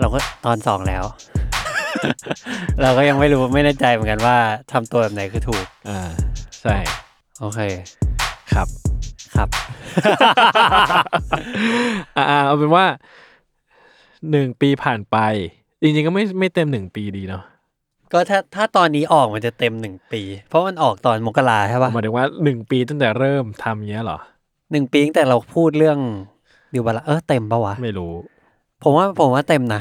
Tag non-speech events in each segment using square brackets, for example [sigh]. เราก็ตอนสองแล้ว [laughs] เราก็ยังไม่รู้ไม่แน่ใจเหมือนกันว่าทำตัวแบบไหนคือถูก อ่า ใช่ โอเค ครับ ครับ อ่าเอาเป็นว่าหนึ่งปีผ่านไป จริงๆก็ไม่ไม่เต็มหนึ่งปีดีเนาะ ก็ถ้าถ้าตอนนี้ออกมันจะเต็มหนึ่งปี เพราะมันออกตอนมกราใช่ปะ หมายถึงว่าหนึ่งปีตั้งแต่เริ่มทำเงี้ยเหรอ หนึ่งปีตั้งแต่เราพูดเรื่องดิวบาลานซ์เออเต็มปะวะ ไม่รู้ ผมว่าผมว่าเต็มนะ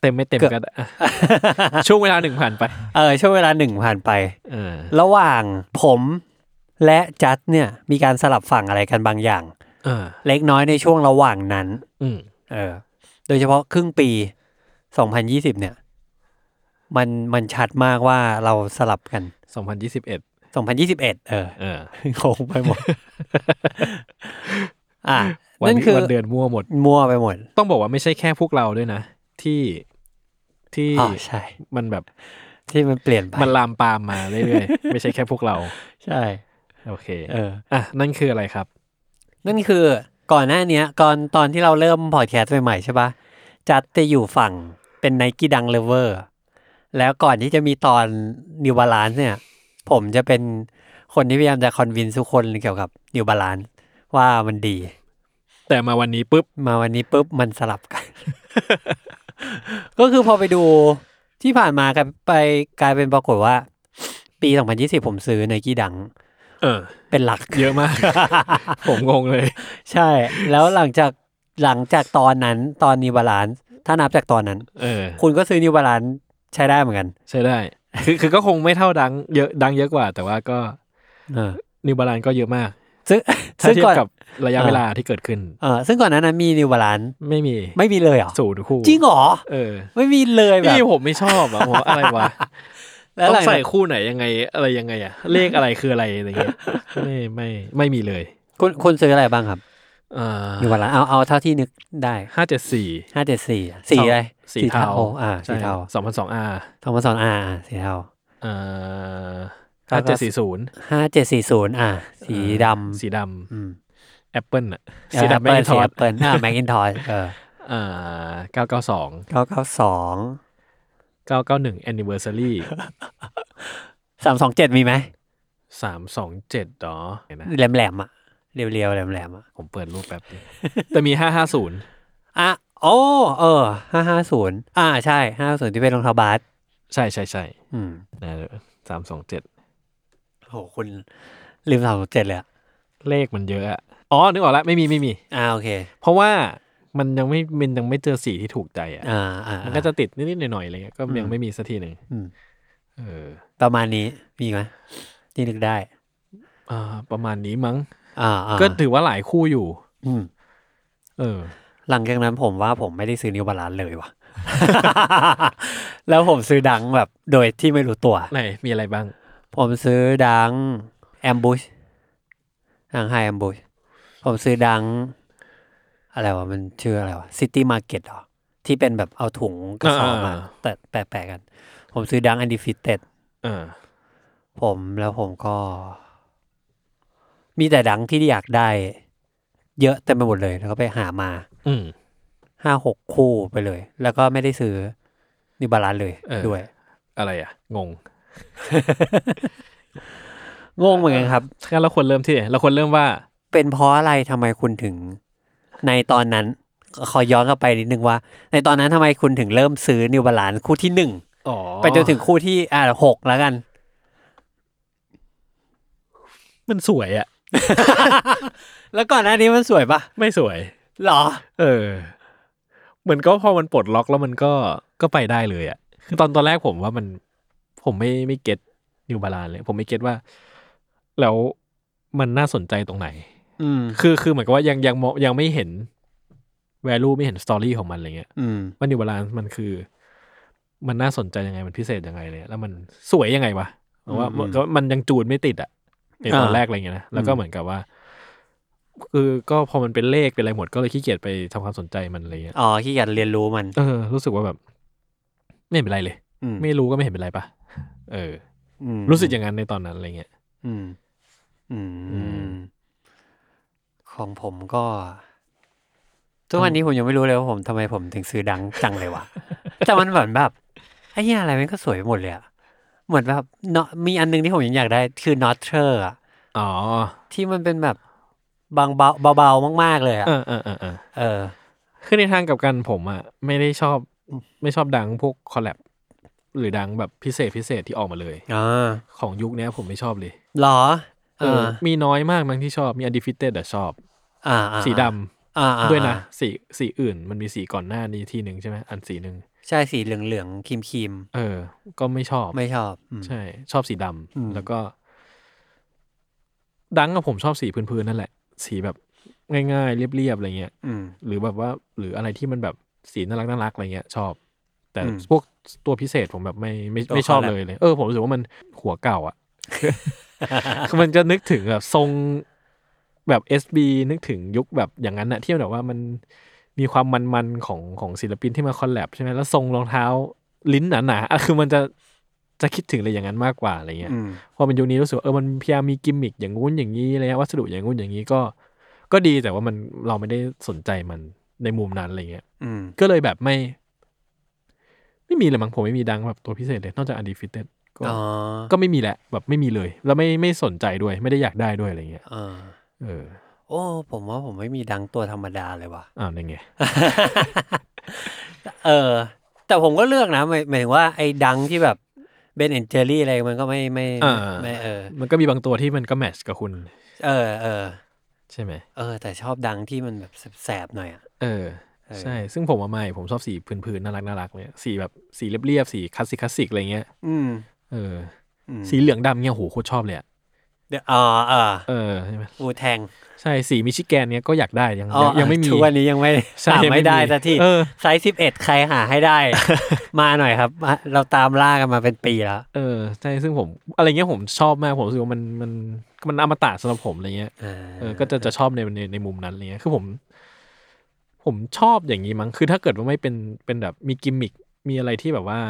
เต็มไม่เต็ม เกือบ ก็ได้อ่ [laughs] ะช่วงเวลาหนึ่งผ่านไป เออช่วงเวลาหนึ่งผ่านไป อ่า ระหว่างผมและจัดเนี่ยมีการสลับฝั่งอะไรกันบางอย่าง อ่า เล็กน้อยในช่วงระหว่างนั้น อืม เออ โดยเฉพาะครึ่งปี 2020 เนี่ย มันมันชัดมากว่าเราสลับกัน สองพันยี่สิบเอ็ด 2021 เออ เออ โคงไปหมด อ่ะ วัน นั่นคือ วันเดือนมั่วหมด มั่วไปหมด ต้องบอกว่าไม่ใช่แค่พวกเราด้วยนะ ที่ที่ อ๋อใช่ มันแบบ ที่มันเปลี่ยนไป มันลามปามมาเรื่อย [laughs] ๆ ไม่ใช่แค่พวกเรา ใช่ โอเค เออ อ่ะ นั่นคืออะไรครับ นั่นคือก่อนหน้าเนี้ยก่อนตอนที่เราเริ่มพอดแคสต์ใหม่ๆใช่ปะจัดจะอยู่ฝั่งเป็นไนกี้ดังเลเวอร์แล้วก่อนที่จะมีตอนนิวบาลานซ์เนี่ย ผมจะเป็นคนที่พยายามจะคอนวินทุกคนเกี่ยวกับนิวบาลานซ์ว่ามันดี แต่มาวันนี้ปุ๊บ มาวันนี้ปุ๊บมันสลับกัน [laughs] ก็คือพอไปดูที่ผ่านมากันไปกลายเป็นปรากฏว่า ปี 2020 ผมซื้อไนกี้ดัง เออ เป็นหลัก เยอะมาก [laughs] ผมงงเลย ใช่ แล้วหลังจากหลังจากตอนนั้นตอนนิวบาลานซ์ถ้านับจากตอนนั้น เออ คุณก็ซื้อนิวบาลานซ์ใช้ได้เหมือนกัน ใช่ได้ คือคือก็คงไม่เท่าดัง เยอะดังเยอะกว่า แต่ว่าก็ เออ นิวบาลานก็เยอะมาก ซึ่ง ถ้า ซึ่ง เทีย ก่อบ น กับระยะเวลาที่เกิดขึ้น เออซึ่งก่อนหนานั้นมีนิวบาลานซ์ ไม่มี ไม่มีเลยเหรอ ศูนย์คู่ จริงเหรอ เออ ไม่มีเลยแบบ นี่ผมไม่ชอบอะผมว่าอะไรวะ [laughs] แล้ว ต้อ หลั ง ง ใส่คู่ไหนยังไงอะไรยังไงอะเลขอะไรคืออะไรอะไรเงี้ย ไม่ไม่ไม่มีเลย คุณคุณซื้ออะไรบ้างครับ เอ่อ นิวบาลานซ์เอาเอาเท่าที่นึกได้ ห้าเจ็ดสี่ ห้าเจ็ดสี่สีอะไร สีเทา อ่าสีเทา สองพันสองอา ทอมสันอ่าอ่าสีเทา เอ่อ แล้ ห้าว ก็ เจ็ดสี่ศูนย์ ห้าเจ็ดสี่ศูนย์อ่า สีดำ สีด อืม ำแอปเปิลอะสีดำไม่ทอด เปิลอ่าแมคอินทอสเออ อ่าเก้าเก้าสอง เก้าเก้าสอง เก้าเก้าหนึ่งแอนนิเวอร์ซารี สามสองเจ็ดมีไหม [laughs] สามสองเจ็ดหรอเห็นนะ แหลมแหลมๆอ่ะเรียวๆแหลมแหลมๆอ่ะ ผมเปิดรูปแป๊บนึงแต่มีห้าห้าศูนย์ อ่ะโอ้เออห้าห้าศูนย์อ่าใช่ห้าศูนย์ที่เป็นรองเท้าบาส ใช่ใช่ใช่ อืม นะสามสองเจ็ด โหคุณลืมสามสองเจ็ดเลยอะ เลขมันเยอะอะอ๋อ นึกออกแล้วไม่มีไม่มี อ่าโอเค เพราะว่ามันยังไม่มันยังไม่เจอสีที่ถูกใจอะ อ่าอ่า มัน อ่า ก็จะติดนิดๆหน่อยๆอะไรเงี้ยก็ยั อื ง ม ไม่มีสักทีหนึ่ง อืม เออ ประมาณนี้มีไหมที่นึกได้ อ่าประมาณนี้มั้ง อ่าา ก็ถือว่าหลายคู่อยู่ อืม เออ หลังจากนั้นผมว่าผมไม่ได้ซื้อนิวบาลานเลยว่ะ [laughs] แล้วผมซื้อดังแบบโดยที่ไม่รู้ตัว ไหนมีอะไรบ้าง ผมซื้อดังแอมบูชดังไฮแอมบูชผมซื้อดัง อะไรวะ มันชื่ออะไรวะซิตี้มาร์เก็ตหรอ ที่เป็นแบบเอาถุงกระสอบมา อ่า แต่แปะๆกัน ผมซื้อดังอันดิฟิเต็ด อ อ่า ผมแล้วผมก็ มีแต่ดังที่อยากได้ เยอะเต็มไปหมดเลยแล้วก็ไปหามา อืม ห้าหกคู่ไปเลย แล้วก็ไม่ได้ซื้อนิบาลานเลย เออ ด้วย อะไรอ่ะ งง งงเหมือนกันครับ งั้นเราควรเริ่มที่ไหนเราควรเริ่มว่า เป็นเพราะอะไรทำไมคุณถึง ในตอนนั้น ขอย้อนกลับไปนิดนึงว่า ในตอนนั้นทำไมคุณถึงเริ่มซื้อนิวบาลานคู่ที่หนึ่ง อ๋อ ไปจนถึงคู่ที่อ่าหกแล้วกัน มันสวยอ่ะ แล้วก่อนหน้านี้มันสวยปะ ไม่สวย หรอ เออ เหมือนก็พอมันปลดล็อกแล้วมันก็ก็ไปได้เลยอะ่ะ คือตอนตอนแรกผมว่ามันผมไม่ไม่เก็ตนิวบาลานเลย ผมไม่เก็ตว่า แล้วมันน่าสนใจตรงไหน อืม คือคือเหมือนกับว่ายังยังมองยังไม่เห็น value ไม่เห็น story ของมันอะไรเงี้ย อืม ว่านิวบาลานมันคือ มันน่าสนใจยังไงมันพิเศษยังไงเลยแล้วมันสวยยังไงวะเพราะว่า อืม ก็มันยังจูนไม่ติดอะในตอน อ่า แรกอะไรเงี้ยนะแล้วก็เหมือนกับว่า คือก็พอมันเป็นเลขเป็นอะไรหมดก็เลยขี้เกียจไปทำความสนใจมันอะไรเงี้ย อ๋อขี้เกียจเรียนรู้มัน เออรู้สึกว่าแบบ ไม่เห็นเป็นไรเลย อืม ไม่รู้ก็ไม่เห็นเป็นไรปะเออ อืม รู้สึกอย่างนั้นในตอนนั้นอะไรเงี้ย อืม อื อื ม ม ของผมก็ทุกวันนี้ผมยังไม่รู้เลยว่าผมทำไมผมถึงซื้อดัง [laughs] จังเลยวะ แต่มันเหมือนแบบไอ้เหี้ยอะไรมันก็สวยไปหมดเลยอะเหมือนแบบเนาะมีอันหนึงที่ผมยังอยากได้ คือนอตเทอร์อะ อ๋อ ที่มันเป็นแบบบางเบาเบาๆมาก ๆ เลยอะ เออเออเออเออ เออ คือในทางกลับกันผมอ่ะไม่ได้ชอบไม่ชอบดังพวกคอลแลบหรือดังแบบพิเศษพิเศษที่ออกมาเลย อ่า ของยุคเนี้ยผมไม่ชอบเลย หรอ เออ มีน้อยมากมั้งที่ชอบมีอดิฟิเตอะชอบ อ่าอ่า สีดำ อ่าอ่า ด้วยนะสีสีอื่น มันมีสีก่อนหน้านี้ทีหนึ่งใช่ไหมอันสีหนึ่ง ใช่สีเหลืองเหลืองๆครีมครีม เออ ก็ไม่ชอบ ๆไม่ชอบอืม ใช่ ชอบสีดำ อืม แล้วก็ ดังกับผมชอบสีพื้นๆนั่นแหละ สีแบบง่ายๆ เรียบๆอะไรเงี้ย อืม หรือแบบว่า หรืออะไรที่มันแบบสีน่ารักน่ารักอะไรเงี้ย ชอบ แต่ อืม พวกตัวพิเศษผมแบบไม่ไม่ ตัว ไม่ชอบ เขาแหละ เลยเลย เออผมรู้สึกว่ามันหัวเก่าอะ [laughs] คือมันจะนึกถึงแบบทรงแบบ SB นึกถึงยุคแบบอย่างนั้นนะที่แบบว่ามันมีความมันๆของของศิลปินที่มาคอลแลบใช่ไหมแล้วทรงรองเท้าลิ้นหนาๆอะคือมันจะจะคิดถึงอะไรอย่างนั้นมากกว่าอะไรเงี้ย อืม พอเป็นยุคนี้รู้สึกว่าเออมันพยายามมีกิมมิคอย่างงู้นอย่างนี้อะไรเงี้ยวัสดุอย่างงู้นอย่างนี้ก็ ก็ดีแต่ว่ามันเราไม่ได้สนใจมันในมุมนั้นอะไรเงี้ย อืม ก็เลยแบบไม่ ไม่มีเลยมั้งผมไม่มีดังแบบตัวพิเศษเลย นอกจากอันดีฟิเต็ดก็ อ๋อ ก็ไม่มีแหละแบบไม่มีเลย แล้วไม่ไม่สนใจด้วย ไม่ได้อยากได้ด้วยอะไรเงี้ย อ่า เออ โอ้ ผมว่าผมไม่มีดังตัวธรรมดาเลยว่ะ [laughs] อ้าวนั่นไง เออ แต่ผมก็เลือกนะหมายหมายถึงว่าไอ้ดังที่แบบเบนแอนเจอรี่อะไรมันก็ไม่ไม่ อ่า ไม่เออ มันก็มีบางตัวที่มันก็แมทช์กับคุณ เออเออ ใช่ไหม เออ แต่ชอบดังที่มันแบบแสบๆหน่อยอ่ะ เออ เออ ใช่ ซึ่งผมว่าไม่ผมชอบสีพื้นๆน่ารักน่ารักเนี่ยสีแบบสีเรียบๆสีคลาสสิกคลาสสิกอะไรเงี้ย อืม เออ อืม สีเหลืองดำเนี่ยโหโคตรชอบเลยอะ เดี๋ยวอ่าอ่า เออใช่ไหม วูแทง ใช่สีมิชิแกนเนี้ยก็อยากได้ยัง อ๋อ ยังยังไม่มี ทุกวันนี้ยังไม่ ใช่ หา ยัง ไม่ได้สักที เออ ไซส์สิบเอ็ดใครหาให้ [laughs] ได้ มาหน่อยครับมาเราตามล่ากันมาเป็นปีแล้ว เออใช่ซึ่งผมอะไรเงี้ยผมชอบมากผมรู้สึกว่ามันมันมันอมตะสำหรับผมอะไรเงี้ย อ่า เออก็จะจะชอบในในในมุมนั้นอะไรเงี้ยคือผม ผมชอบอย่างนี้มั้งคือถ้าเกิดว่าไม่เป็นเป็นแบบมีกิมมิคมีอะไรที่แบบว่า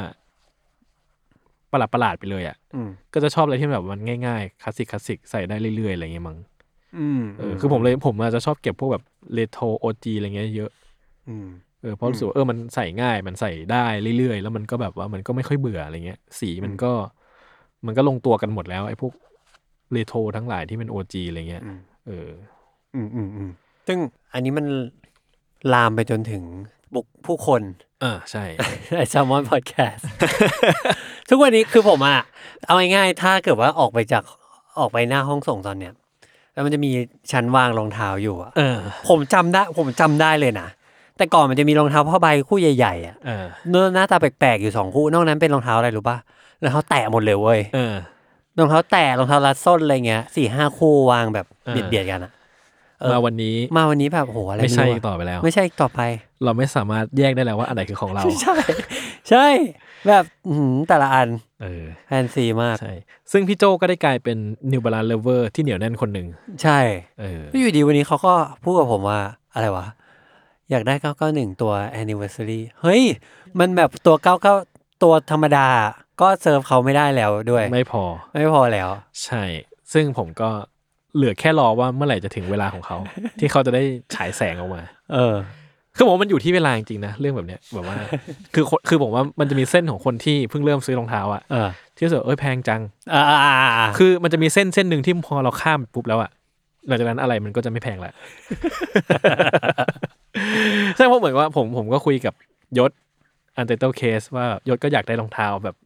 ประหลาดประหลาดๆไปเลยอ่ะ อืม ก็จะชอบอะไรที่แบบมันง่ายๆคลาสสิกคลาสสิกใส่ได้เรื่อยๆอะไรเงี้ยมั้ง อืม เออคือผมเลยผมอาจจะชอบเก็บพวกแบบเลโทโอจีอะไรเงี้ยเยอะ อืม เออเพราะรู้สึกว่าเออมันใส่ง่ายมันใส่ได้เรื่อยๆ แล้วมันก็แบบว่ามันก็ไม่ค่อยเบื่ออะไรเงี้ย สีมันก็ มันก็ลงตัวกันหมดแล้ว ไอ้พวกเรโทรทั้งหลายที่เป็นโอจีอะไรเงี้ย อืม เออ อืมอืมอืมซึ่งอันนี้มันลามไปจนถึงบุคผู้คน อ่าใช่ ไอแซลมอนพอดแคสต์ [laughs] ทุกวันนี้คือผมอะเอาง่ายๆถ้าเกิดว่าออกไปจากออกไปหน้าห้องส่งตอนเนี้ย แล้วมันจะมีชั้นวางรองเท้าอยู่อะ [laughs] เออ ผมจำได้ผมจำได้เลยนะ แต่ก่อนมันจะมีรองเท้าผ้าใบคู่ใหญ่ๆอะ เออ เนื้อหน้าตาแปลกๆอยู่สองคู่นอกนั้นเป็นรองเท้าอะไรรู้ป่ะรองเท้าแตะหมดเลยเว้ย เออ รองเท้าแตะรองเท้ารัดส้นอะไรเงี้ยสี่ห้าคู่วางแบบ เออ เบียดๆกันอะ เออ มาวันนี้ มาวันนี้แบบโหอะไร ไม่ใช่ รู้อะ ต่อไปแล้ว ไม่ใช่อีกต่อไป เราไม่สามารถแยกได้แล้วว่าอันไหนคือของเรา ใช่ [laughs] ใช่ แบบอื้อหือแต่ละอัน เออ แฟนซีมาก ใช่ ซึ่งพี่โจก็ได้กลายเป็นนิวบาลานเลเวอร์ที่เหนียวแน่นคนหนึ่ง ใช่ เออ แล้วอยู่ดีวันนี้เขาก็พูดกับผมว่า อะไรวะ อยากได้ 991 ตัว anniversary เฮ้ย มันแบบตัว 99 ตัวธรรมดา ก็เซิร์ฟเขาไม่ได้แล้วด้วย ไม่พอ ไม่พอแล้ว ใช่ ซึ่งผมก็เหลือแค่รอว่าเมื่อไหร่จะถึงเวลาของเขา ที่เขาจะได้ฉายแสงออกมา เออ คือผมว่ามันอยู่ที่เวลาจริงๆนะ เรื่องแบบเนี้ยแบบว่า คือคนคือผมว่ามันจะมีเส้นของคนที่เพิ่งเริ่มซื้อรองเท้าอะ เออ ที่รู้สึกว่าเอ้ยแพงจัง อ่าอ่าอ่าอ่า คือมันจะมีเส้นเส้นหนึ่งที่พอเราข้ามปุ๊บแล้วอะหลังจากนั้นอะไรมันก็จะไม่แพ [laughs] งละ ใช่เพราะเหมือนว่าผมผมก็คุยกับยศอันเตอร์เคสว่ายศก็อยากได้รองเท้าแบบ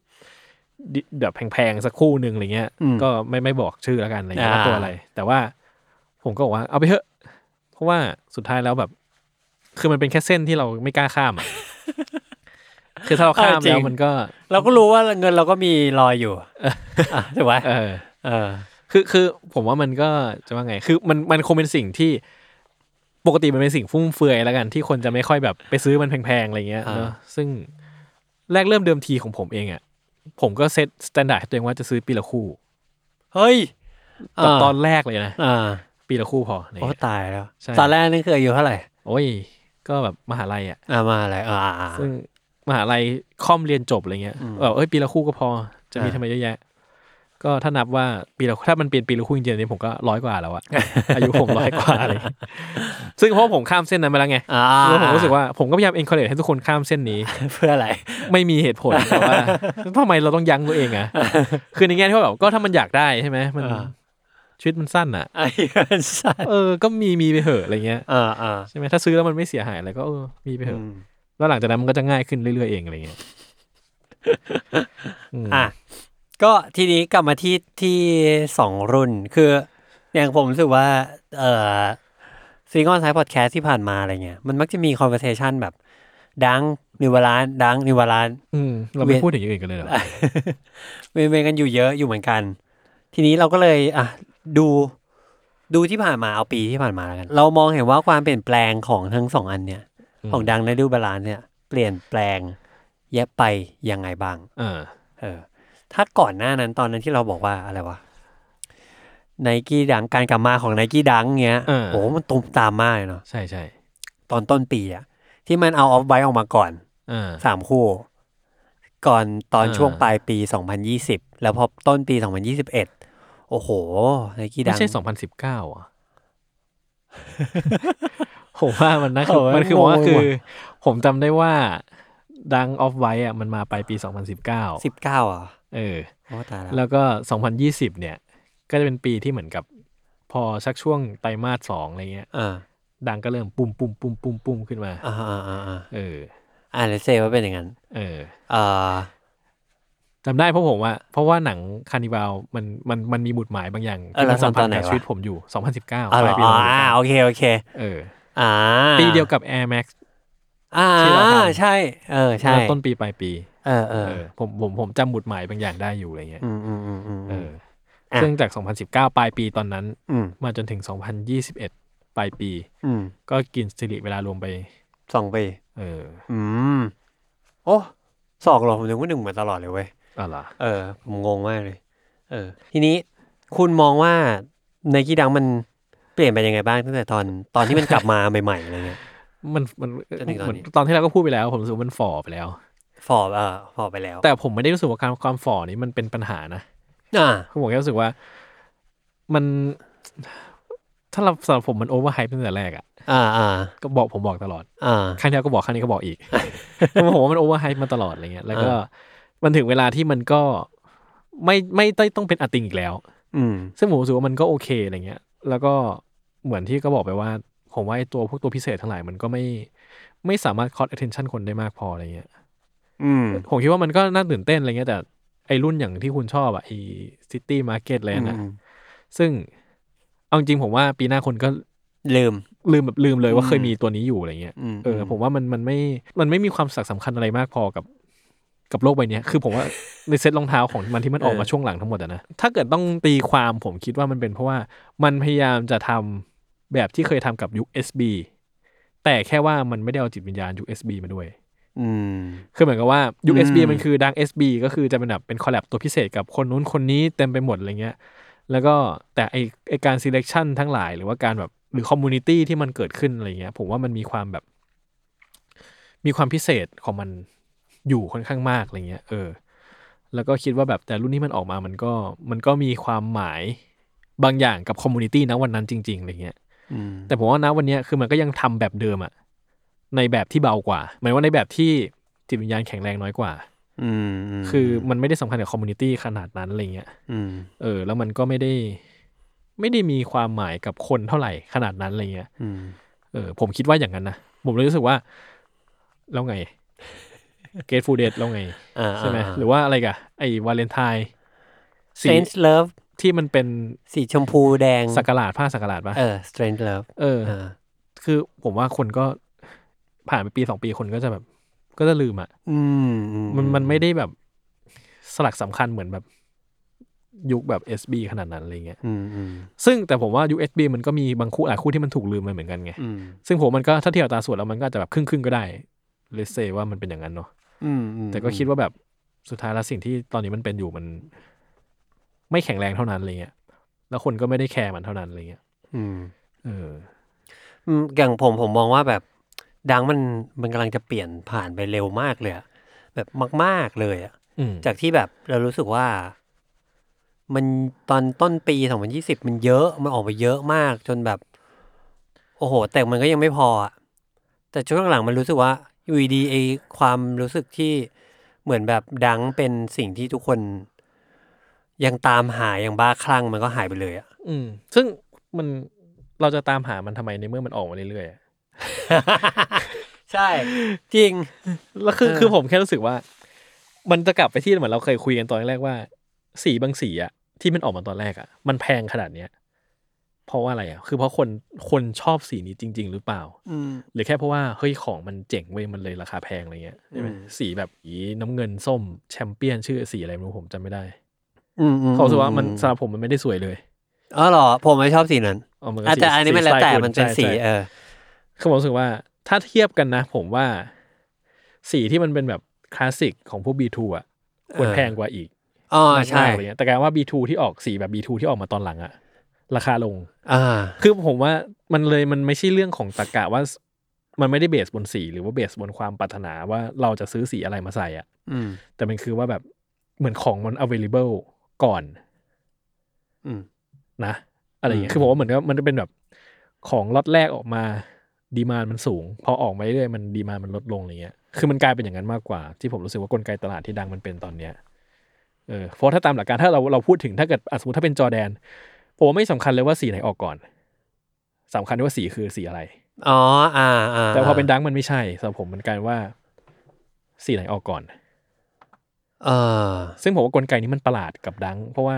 ดิแบบแพงๆสักคู่หนึ่งอะไรเงี้ย ก็ไม่ไม่บอกชื่อแล้วกันอะไรเงี้ยว่าตัวอะไร แต่ว่าผมก็บอกว่าเอาไปเถอะ เพราะว่าสุดท้ายแล้วแบบ คือมันเป็นแค่เส้นที่เราไม่กล้าข้าม [laughs] อะ คือถ้าเราข้ามแล้วมันก็ เราก็รู้ว่าเงินเราก็มีรอยอยู่ [laughs] อ่ะถูกไหม เออ เออ คือคือผมว่ามันก็จะว่าไง คือมันมันคงเป็นสิ่งที่ปกติมันเป็นสิ่งฟุ่มเฟือยแล้วกันที่คนจะไม่ค่อยแบบไปซื้อมันแพงๆอะไรเงี้ย อ่า เนอะซึ่งแรกเริ่มเดิมทีของผมเองอะ่ะผมก็เซตสแตนดาร์ดตัวเองว่าจะซื้อปีละคู่ เฮ้ย แต่ตอนแรกเลยนะ อ่า ปีละคู่พออะไร โอ้ เงี้ย ตายแล้ว ใช่ ตอนแรกนี่คืออายุเท่าไหร่ โอ้ย ก็แบบมหาลัยอะ่ะ อ่ามาอะไรอ่าอ่าอ่า ซึ่งมหาลัยค่อมเรียนจบอะไรเงี้ยแบบเอ้ยปีละคู่ก็พอจะมี อ่า ทำไมเยอะแยะ ก็ถ้านับว่าปีละถ้ามันเปลี่ยนปีละคู่จริงๆเนี่ยผมก็ร้อยกว่า [laughs] แล้วอะ อายุผมร้อยกว่าอะไรเลยซึ่งเพราะผมข้ามเส้นนั้นมาแล้วไง อ่า แล้วผมรู้สึกว่าผมก็พยายาม encourage ให้ทุกคนข้ามเส้น [laughs] นี้ เพื่ออะไร ไม่มีเหตุผลแต่ว่าทำไมเราต้องยั้งตัวเองอะคือในแง่ที่ว่าแบบก็ถ้ามันอยากได้ใช่ไหมมัน อ่า ชีวิตมันสั้นอะ ไอ้สัตว์ เออก็มีมีไปเถอะอะไรเงี้ย อ่าอ่า ใช่ไหมถ้าซื้อแล้วมันไม่เสียหายอะไรก็เออมีไปเถ อื อะ ม แล้วหลังจากนั้นมันก็จะง่ายขึ้นเรื่อยๆเองอะไรเงี้ยม อ่ะก็ทีนี้กลับมาที่ที่สองรุ่นคือ อย่างผมรู้สึกว่า เออซิงเกิลไซด์พอดแคสต์ที่ผ่านมาอะไรเงี้ยมันมักจะมีคอนเวอร์เซชันแบบ ดังนิวบาลานดังนิวบาลาน อืมเราไม่ เวียน พูดถึงอย่างอื่นกันเลยเหรอ เวรๆกันอยู่เยอะอยู่เหมือนกัน ทีนี้เราก็เลยอ่ะดูดูที่ผ่านมาเอาปีที่ผ่านมาแล้วกัน เรามองเห็นว่าความเปลี่ยนแปลงของทั้งสองอันเนี่ย อืม ของดังและดูบาลานซ์เนี่ย เปลี่ยนแปลงแยะไปยังไงบ้าง อ่า เออ ถ้าก่อนหน้านั้นตอนนั้นที่เราบอกว่าอะไรวะไนกี้ดังการกลับมาของไนกี้ดังเงี้ยโอ้โหมันตุมตามมากเลยเนาะ ใช่ใช่ ตอนต้นปีอะที่มันเอาออฟไวออกมาก่อน อ่า สามคู่ ก่อนตอน อ่า ช่วงปลายปี 2020 แล้วพอต้นปี 2021 โอ้โหไนกี้ดั ไม่ ง ใช่สองพันสิบเก้าอ่ะ [laughs] ผมว่ามันนะคือ โอ้ย มันคือผมว่า โง่ คือ ว่ะ ผมจำได้ว่าดังออฟไว้อ่ะมันมาไปลายปีสองพันสิบเก้า 19 อ่ะ เออ โอ้ตายแล้ว แล้วก็สองพันยี่สิบเนี่ย ก็จะเป็นปีที่เหมือนกับ พอชักช่วงไตรมาสสองอะไรเงี้ย อ่า ดังก็เริ่มปุ่มปุ่มปุ่มปุ่มปุ่มขึ้นมา อ่าอ่าอ่าอ่า เออ อ่าเลเซว่าเป็นอย่างนั้น เออ เอ่อ จำได้เพราะผมว่าเพราะว่าหนังคานิบาลมันมันมันมีบุตรหมายบางอย่างที่มันสัมพันธ์กับชีวิตผมอยู่ 2019 อ๋อเหร ปอลาย ปี อ๋อ 2019 อ่าโอเคโอเค เออ อ่า ปีเดียวกับ Air Max อ่า ที่เราทำ ใช่ เออใช่ เริ่มต้นปีปลายปี เออเออ เออผมผมผมจำบุตรหมายบางอย่างได้อยู่อะไรเงี้ย อืมอืมอืมอืม เอออะ ซึ่งจาก 2019 ปลายปีตอนนั้น อืม มาจนถึง 2021 ปลายปี อืม ก็กินสิริเวลารวมไป สองปี เออ อืมโอ้สองเหรอผมนึกว่าหนึ่งมาตลอดเลยเว้ย อะล่ะ เออผมงงมากเลย เออ ทีนี้คุณมองว่าไนกี้ดังมันเปลี่ยนไปยังไงบ้างตั้งแต่ตอนตอนที่มันกลับมา ใหม่ๆอะไรเงี้ย [laughs] มันมัน จนถึงตอนนี้ เหมือนตอนที่เราก็พูดไปแล้ว ผมรู้สึกว่ามันฝ่อไปแล้ว ฟอบเออฟอบไปแล้ว แต่ผมไม่ได้รู้สึกว่าการความฝ่อนี้มันเป็นปัญหานะ อ่า คือผมแค่รู้สึกว่ามัน ถ้าเราสำหรับผมมันโอเวอร์ไฮป์ตั้งแต่แรกอะ่ะ อ่าอ่า ก็บอกผมบอกตลอด อ่า ครั้งที่แล้วก็บอกครั้งนี้ก็บอกอีก คือผมว่ามันโอเวอร์ไฮป์มาตลอดอะไรเงี้ยแล้วก็ อ่า มันถึงเวลาที่มันก็ไม่ไม่ได้ต้องเป็นอติงอีกแล้ว อืม ซึ่งผมรู้สึกว่ามันก็โอเคอะไรเงี้ย แล้วก็เหมือนที่ก็บอกไปว่า ผมว่าไอ้ตัวพวกตัวพิเศษทั้งหลายมันก็ไม่ไม่สามารถ caught attention คนได้มากพออะไรเงี้ย อืม ผมคิดว่ามันก็น่าตื่นเต้นอะไรเงี้ยแต่ไอ้รุ่นอย่างที่คุณชอบอะไอ้ซิตี้มาร์เก็ตอะไรนะ อืม ซึ่งเอาจริงๆผมว่าปีหน้าคนก็ ลืม ลืมแบบลืมเลยว่าเคย อืม มีตัวนี้อยู่อะไรเงี้ย อืม เอออ ม ผมว่ามันมันไม่มันไม่มีความสักสำคัญอะไรมากพอกับ กับโลกใบเนี้ยคือผมว่า ในเซ็ตรองเท้าของมันที่มันออกมาช่วงหลังทั้งหมดอะนะถ้าเกิดต้องตีความผมคิดว่ามันเป็นเพราะว่ามันพยายามจะทำแบบที่เคยทำกับยุค SB แต่แค่ว่ามันไม่ได้เอาจิตวิญญาณยุค SB มาด้วย อืม คือเหมือนกับว่า USB อืม มันคือดัง SB ก็คือจะเป็นแบบเป็นคอลแลบตัวพิเศษกับคนนู้นคนนี้เต็มไปหมดอะไรเงี้ย แล้วก็แต่ไอไอการ selection ทั้งหลายหรือว่าการแบบหรือ community ที่มันเกิดขึ้นอะไรเงี้ย ผมว่ามันมีความแบบ มีความพิเศษของมันอยู่ค่อนข้างมากอะไรเงี้ยเออ แล้วก็คิดว่าแบบแต่รุ่นที่มันออกมามันก็มันก็มีความหมายบางอย่างกับคอมมูนิตี้นะวันนั้นจริงๆอะไรเงี้ย อืม แต่ผมว่านะวันเนี้ยคือมันก็ยังทำแบบเดิมอะในแบบที่เบากว่าหมายว่าในแบบที่จิตวิญญาณแข็งแรงน้อยกว่า อืมม คือมันไม่ได้สำคัญกับคอมมูนิตี้ขนาดนั้นอะไรเงี้ย อืม เออแล้วมันก็ไม่ได้ไม่ได้มีความหมายกับคนเท่าไหร่ขนาดนั้นอะไรเงี้ย อืม เออผมคิดว่าอย่างนั้นนะ ผมเลยรู้สึกว่า แล้วไง เกตฟูเดตแล้วไง อ่า ใช่ไหม อ่า หรือว่าอะไรกะไอ้วาเลนไทน์ เซ สี นส์เลิฟ ที่มันเป็น สีชมพูแดง สักหลาดผ้าสักหลาดปะ เออสเตรนจ์เลิฟ เออ อ่า คือผมว่าคนก็ผ่านไปปีสองปีคนก็จะแบบ ก็จะลืมอ่ะ อืมอื มันมันไม่ได้แบบสลักสำคัญเหมือนแบบยุคแบบ SB ขนาดนั้นอะไรเงี้ย อืมอืม ซึ่งแต่ผมว่ายุค SB มันก็มีบางคู่หลายคู่ที่มันถูกลืมไปเหมือนกันไง อืม ซึ่งผมมันก็ถ้าเทียบอัตราส่วนแล้วมันก็อาจจะแบบครึ่งครึ่งๆก็ได้เลเซว่ามันเป็นอย่างนั้นเนาะ อืมอืม แต่ก็คิดว่าแบบสุดท้ายแล้วสิ่งที่ตอนนี้มันเป็นอยู่มัน ไม่แข็งแรงเท่านั้นอะไรเงี้ย แล้วคนก็ไม่ได้แคร์มันเท่านั้นอะไรเงี้ย อืม เออ อืมอย่างผมผมมองว่าแบบดังมันมันกำลังจะเปลี่ยนผ่านไปเร็วมากเลยอะแบบมาก ๆ เลยอะ อืม จากที่แบบเรารู้สึกว่า มันตอนต้นปี 2020 มันเยอะ มันออกมาเยอะมาก จนแบบ โอ้โห แต่มันก็ยังไม่พออะแต่ช่วงหลังๆมันรู้สึกว่าอยู่ดีๆไอความรู้สึกที่เหมือนแบบดังเป็นสิ่งที่ทุกคน ยังตามหาอย่างบ้าคลั่งมันก็หายไปเลยอะ อืม ซึ่งมันเราจะตามหามันทำไมในเมื่อมันออกมาเรื่อยๆอะ [laughs] ใช่ [laughs] จริง แล้วคือ เออ คือผมแค่รู้สึกว่า มันจะกลับไปที่เหมือนเราเคยคุยกันตอนแรกว่า สีบางสีอะที่มันออกมาตอนแรกอะมันแพงขนาดเนี้ยเพราะว่าอะไรอะคือเพราะคนคนชอบสีนี้จริง ๆ หรือเปล่า อืม หรือแค่เพราะว่าเฮ้ยของมันเจ๋งเว้ยมันเลยราคาแพงอะไรเงี้ยใช่ไหม อืม สีแบบสีน้ำเงินส้มแชมเปี้ยนชื่อสีอะไรไม่รู้ผมจำไม่ได้ อืมอื เขารู้สึกว่ามัน อื สำหรับผมมันไม่ได้สวยเลย อ๋อเหรอ ผมไม่ชอบสีนั้น เมันก็ อาจ สี จะอันนี้ สี มันแล้ว ส แต่ คุณ มันเป็น ใช่ สี ใช่ เออ คือผมรู้สึกว่าถ้าเทียบกันนะ ผมว่าสีที่มันเป็นแบบคลาสสิกของพวก B2 อ่ะควร เออ แพงกว่าอีก อ๋อใช่ มากๆอะไรเงี้ยแต่กลารว่า B2 ที่ออกสีแบบ B2 ที่ออกมาตอนหลังอะราคาลง อ่า คือผมว่ามันเลยมันไม่ใช่เรื่องของตรรกะว่า มันไม่ได้เบสบนสี หรือว่าเบสบนความปรารถนาว่าเราจะซื้อสีอะไรมาใส่อะ อืม แต่มันคือว่าแบบเหมือนของมัน available ก่อน อืม นะอะไรอืเงี้ย ม คือผมว่าเหมือนกับมันจะเป็นแบบของล็อตแรกออกมาดีมานมันสูง พอออกมาเรื่อยๆมันดีมานมันลดลงอะไรเงี้ยคือมันกลายเป็นอย่างนั้นมากกว่า ที่ผมรู้สึกว่ากลไกตลาดที่ดังมันเป็นตอนเนี้ยเออเพราะถ้าตามหลักการถ้าเราเราพูดถึงถ้าเกิดอ่ะสมมติถ้าเป็นจอร์แดนผมว่าไม่สำคัญเลยว่าสีไหนออกก่อนสำคัญที่ว่าสีคือสีอะไร อ๋อ อ่าอ่า แต่พอเป็นดังมันไม่ใช่สำหรับผมมันกลายว่าสีไหนออกก่อน เออ ซึ่งผมว่ากลไกนี้มันประหลาดกับดัง เพราะว่า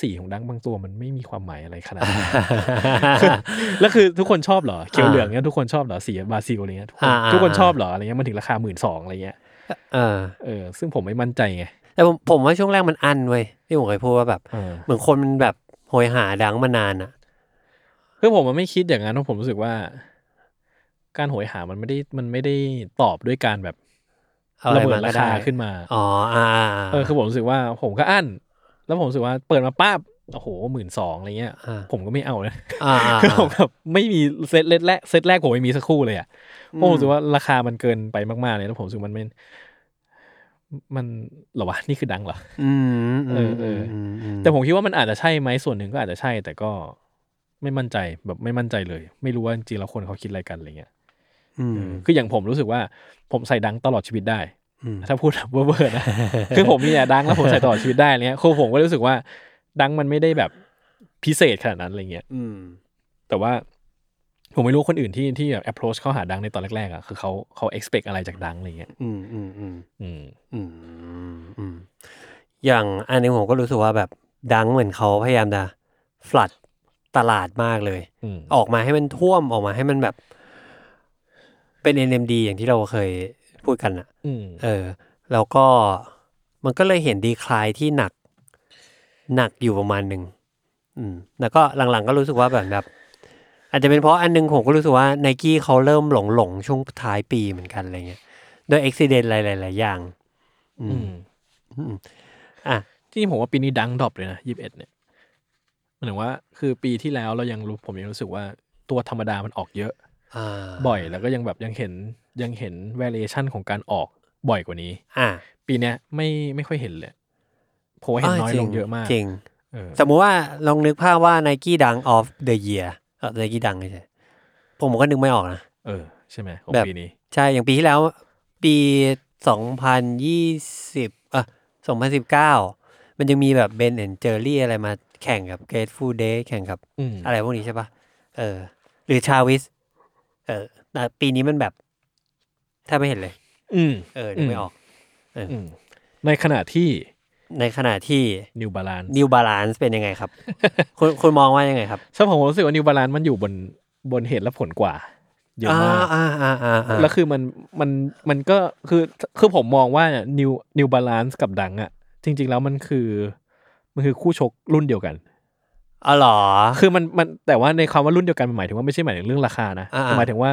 สีของดังบางตัวมันไม่มีความหมายอะไรขนาดนั้น [laughs] แล้วคือทุกคนชอบเหรอเขียวเหลืองเนี้ยทุกคนชอบเหรอสีบราซิลอะไรเงี้ยทุกคน อ่าอ่า ทุกคนชอบเหรออะไรเงี้ยมันถึงราคาหมื่นสองอะไรเงี้ย เออ เออซึ่งผมไม่มั่นใจไง แต่ผมผมว่าช่วงแรกมันอันเว้ยที่ผมเคยพูดว่าแบบ เออ เหมือนคนมันแบบโหยหาดังมานานอ่ะ คือผมมันไม่คิดอย่างนั้นเพราะผมรู้สึกว่า การโหยหามันไม่ได้มันไม่ได้ตอบด้วยการแบบ เอาอะไร ระเบิด มาก็ รา ได้ คาขึ้นมา อ๋อ อ่าาา เออคือผมรู้สึกว่าผมก็อั้น แล้วผมรู้สึกว่าเปิดมาป้าบโอ้โหหมื่นสองอะไรเงี้ย อ่า ผมก็ไม่เอานะ อ่าอ่า คือผมแบบไม่มีเซตแรกเซตแรกผมไม่มีสักคู่เลยอ่ะเพราะผมรู้สึกว่าราคามันเกินไปมากๆเลยแล้วผมรู้สึกมันเป็นมันเหรอวะนี่คือดังเหรอ อืม เออเออ มอืม แต่ผมคิดว่ามันอาจจะใช่ไหมส่วนหนึ่งก็อาจจะใช่ แต่ก็ไม่มั่นใจแบบไม่มั่นใจเลย ไม่รู้ว่าจริงๆแล้วคนเขาคิดอะไรกันอะไรเงี้ย อืม คืออย่างผมรู้สึกว่าผมใส่ดังตลอดชีวิตได้ อืม ถ้าพูดแบบเวอร์ๆนะ คือผมมีแต่ดังแล้วผมใส่ตลอดชีวิตได้อะไรเนี้ยคือผมก็รู้สึกว่า ดังมันไม่ได้แบบพิเศษขนาดนั้นอะไรเงี้ย อืม แต่ว่าผมไม่รู้คนอื่นที่ที่แบบ approach เข้าหาดังในตอนแรกๆอ่ะคือเขาเขา expect อะไรจากดังอะไรเงี้ย อืมอืมอืม อืม อืมอืมอย่างอันนี้ผมก็รู้สึกว่าแบบดังเหมือนเขาพยายามจะฟลัดตลาดมากเลย อืม ออกมาให้มันท่วมออกมาให้มันแบบ เป็น NMD อย่างที่เราเคยพูดกันอะ อืม เออ แล้วก็มันก็เลยเห็นดีคลายที่หนัก หนักอยู่ประมาณหนึ่งอืม แล้วก็หลังๆก็รู้สึกว่าแบบแบบ อาจจะเป็นเพราะอันหนึงผมก็รู้สึกว่าไนกี้เขาเริ่มหลงหลงๆช่วงท้ายปีเหมือนกันอะไรเงี้ยโดยอุบิเหตุหลายๆอย่าง อื อื ม ม อ่ะ จริงๆผมว่าปีนี้ดังดรอปเลยนะยี่สิบเอ็ดเนี่ยหมายถึงว่า คือปีที่แล้วเรายังรู้ผมยังรู้สึกว่าตัวธรรมดามันออกเยอะ อ่า บ่อยแล้วก็ยังแบบยังเห็นยังเห็น variation ของการออกบ่อยกว่านี้ อ่ะ ปีเนี้ยไม่ไม่ค่อยเห็นเลยโผล่ให้เห็นน้อยลงเยอะมาก จริง เออ สมมุติว่าลองนึกภาพว่า Nike ดัง of the year เออ Nike ดังใช่ผมก็นึกไม่ออกนะ เออใช่ไหมของ แบบ ปีนี้ ใช่ อย่างปีที่แล้ว ปี 2020เออ2019 มันยังมีแบบเบนแอนเจอรี่อะไรมาแข่งกับ Grateful Day แข่งกับ อืม อะไรพวกนี้ใช่ปะเออ หรือชาวิสเออแต่ปีนี้มันแบบแทบไม่เห็นเลย อืม เออนึกไม่ออก อืมในขณะที่ ในขณะที่ นิวบาลานซ์ New Balance เป็นยังไงครับ คุณคุณมองว่ายังไงครับ ถ้าผมรู้สึกว่านิวบาลานซ์มันอยู่บนบนเหตุและผลกว่า เยอะมาก อ่าอ่าอ่าอ่า แล้วคือมันมันมันก็คือคือผมมองว่านิวนิวบาลานซ์กับดังอะ่ะ จริง ๆ แล้วมันคือ มันคือคู่ชกรุ่นเดียวกัน อ๋อเหรอ คือมันมันแต่ว่าในความว่ารุ่นเดียวกันมันหมายถึงว่าไม่ใช่หมายถึงเรื่องราคานะ อ่าๆ หมายถึงว่า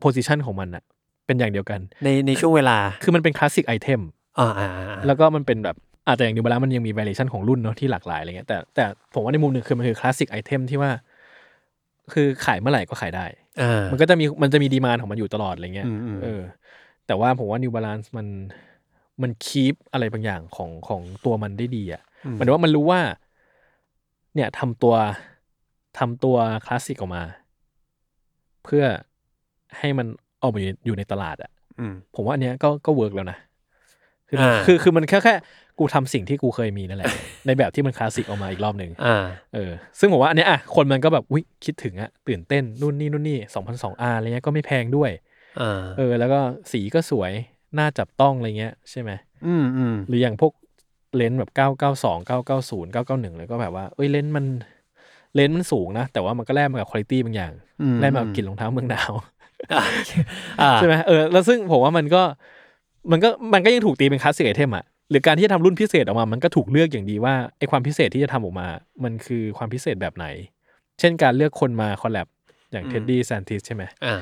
โพสิชันของมันอะเป็นอย่างเดียวกัน ในในช่วงเวลา คือมันเป็นคลาสสิกไอเทม อ่าอ่าอ่า แล้วก็มันเป็นแบบอาจจะอย่างนิวบาลานซ์มันยังมี variation ของรุ่นเนาะที่หลากหลายอะไรเงี้ยแต่แต่ผมว่าในมุมหนึ่งคือมันคือคลาสสิกไอเทมที่ว่า คือขายเมื่อไหร่ก็ขายได้ อ่า มันก็จะมีมันจะมีดีมานของมันอยู่ตลอดอะไรเงี้ย อืมอืม เออ แต่ว่าผมว่า New Balance มันมันคีปอะไรบางอย่างของของตัวมันได้ดีอะ่ะหมันว่ามันรู้ว่า เนี่ยทำตัวทำตัวคลาสสิกออกมา เพื่อให้มันออกมาอยู่อยู่ในตลาดอะ่ะ อืม ผมว่าอันเนี้ยก็ก็เวิร์กแล้วนะ คือ อ่า คือคือมันแค่แค่กูทำสิ่งที่กูเคยมีนั่นแหละ ในแบบที่มันคลาสสิกออกมาอีกรอบหนึ่ง อ่า เออซึ่งผมว่าอันเนี้ยอ่ะคนมันก็แบบอุ้ยคิดถึงอะตื่นเต้นนู่นนี่นู่นนี่สองพันสองอาร์อะไรเงี้ยก็ไม่แพงด้วย อ่า เออ แล้วก็สีก็สวย น่าจับต้องอะไรเงี้ยใช่ไหม อืมอืม หรืออย่างพวกเลนส์แบบเก้าเก้าสองเก้าเก้าศูนย์เก้าเก้าหนึ่งเลยก็แบบว่าเอ้ยเลนส์มันเลนส์มันสูงนะ แต่ว่ามันก็แลกมากับคุณภาพบางอย่าง อื แลกมากับกลิ่นรองเท้าเมืองหนาว อ่าอ่า ใช่ไหมเออแล้วซึ่งผมว่ามันก็มันก็มันก็ยังถูกตีเป็นคลาสสิกไอเทมอะหรือการที่จะทำรุ่นพิเศษออกมา มันก็ถูกเลือกอย่างดีว่าไอความพิเศษที่จะทำออกมา มันคือความพิเศษแบบไหน เช่นการเลือกคนมาคอลแลบอย่างเท็ดดี้แซนติสใช่ไหม อ่า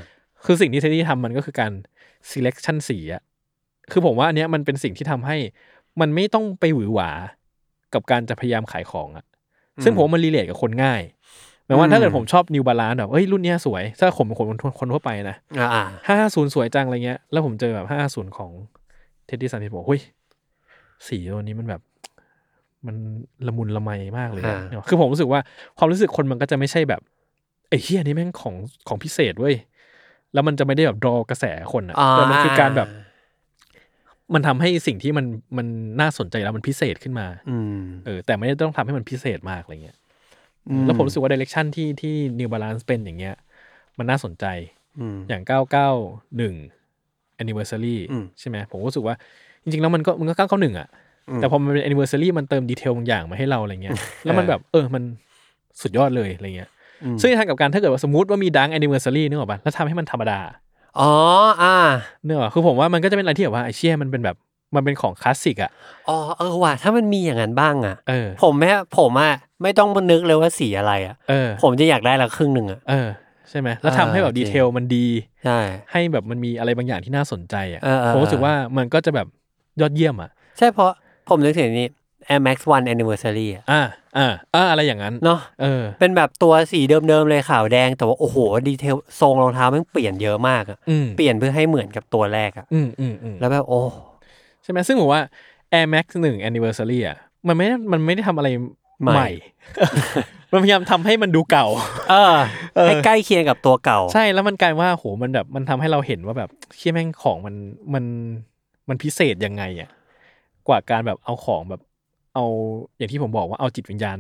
คือสิ่งที่เท็ดดี้ทำมันก็คือการ selection สีอะคือผมว่าอันเนี้ยมันเป็นสิ่งที่ทำให้มันไม่ต้องไปหวือหวากับการจะพยายามขายของอะซึ่งผมว่ามันรีเลทกับคนง่ายหมายว่าถ้าเกิดผมชอบนิวบาลานแบบเอ้ยรุ่นเนี้ยสวยถ้าผมเป็นคนคนทั่วไปนะ อ่าอ่า ห้าศูนย์สวยจังอะไรเงี้ย แล้วผมเจอแบบห้าศูนย์ของเท็ดดี้ซันติบอกเฮ้ย สีตัวนี้มันแบบ มันละมุนละไมมากเลยอะเนอะคือผมรู้สึกว่าความรู้สึกคนมันก็จะไม่ใช่แบบไอ้เฮียนี่แม่งของของพิเศษเว้ย แล้วมันจะไม่ได้แบบดรอกระแสคนอะ อ่า แต่มันคือการแบบ มันทำให้สิ่งที่มันมันน่าสนใจแล้วมันพิเศษขึ้นมา อืม เออ แต่ไม่ได้ต้องทำให้มันพิเศษมากอะไรเงี้ย แล้วผมรู้สึกว่าดิเรกชันที่ที่ New Balance เป็นอย่างเงี้ย มันน่าสนใจ อืม อย่าง 991 anniversary อืม ใช่ไหมผมก็รู้สึกว่า จริง ๆ แล้วมันก็มันก็ 991 อ่ะ แต่พอมันเป็น anniversary มันเติมดีเทลบางอย่างมาให้เราอะไรเงี้ย [laughs] แล้วมันแบบเออมันสุดยอดเลยอะไรเงี้ย ซึ่งในทางกลับการถ้าเกิดว่าสมมติว่ามีดัง anniversary นึกออกปะแล้วทำให้มันธรรมดา อ๋ออ่า เนกอะคือผมว่ามันก็จะเป็นอะไรที่แบบว่าไอเชี่ยมันเป็นแบบมันเป็นของคลาสสิกอ่ะ อ๋อเออว่ะถ้ามันมีอย่างนั้นบ้างอ่ะ เออ ผมแม่ผมอ่ะไม่ต้องมานึกเลยว่าสีอะไรอ่ะ เออ ผมจะอยากได้ละครึ่งหนึ่งอ่ะ เออใช่ไหมแล้วทำให้แบบ เออจริงดีเทลมันดี ใช่ ให้แบบมันมีอะไรบางอย่างที่น่าสนใจอ่ะ เออเออ ผมรู้สึกว่ามันก็จะแบบยอดเยี่ยมอ่ะ ใช่เพราะผมนึกถึงนี้ Air Max 1 Anniversary อ่ะ อ่าอ่าอ่าอะไรอย่างนั้น เนาะ เออ เป็นแบบตัวสีเดิมๆเลยขาวแดง แต่ว่า โอ้โห ดีเทลทรงรองเท้าแมันเปลี่ยนเยอะมากอะ อืม เปลี่ยนเพื่อให้เหมือนกับตัวแรกอะ อืมอืมอืม แล้วแบบโอ้ ใช่ไหมซึ่งผมว่า Air Max 1 Anniversary อ่ะมันไม่ได้มันไม่ได้ทำอะไร ใหม่ ใหม่ [laughs] มันพยายามทำให้มันดูเก่า เออ ให้ใกล้เคียงกับตัวเก่า ใช่แล้วมันกลายว่าโหมันแบบมันทำให้เราเห็นว่าแบบเชี่ยแม่งของมันมันมันพิเศษยังไงอ่ะกว่าการแบบเอาของแบบเอาอย่างที่ผมบอกว่าเอาจิตวิญญาณ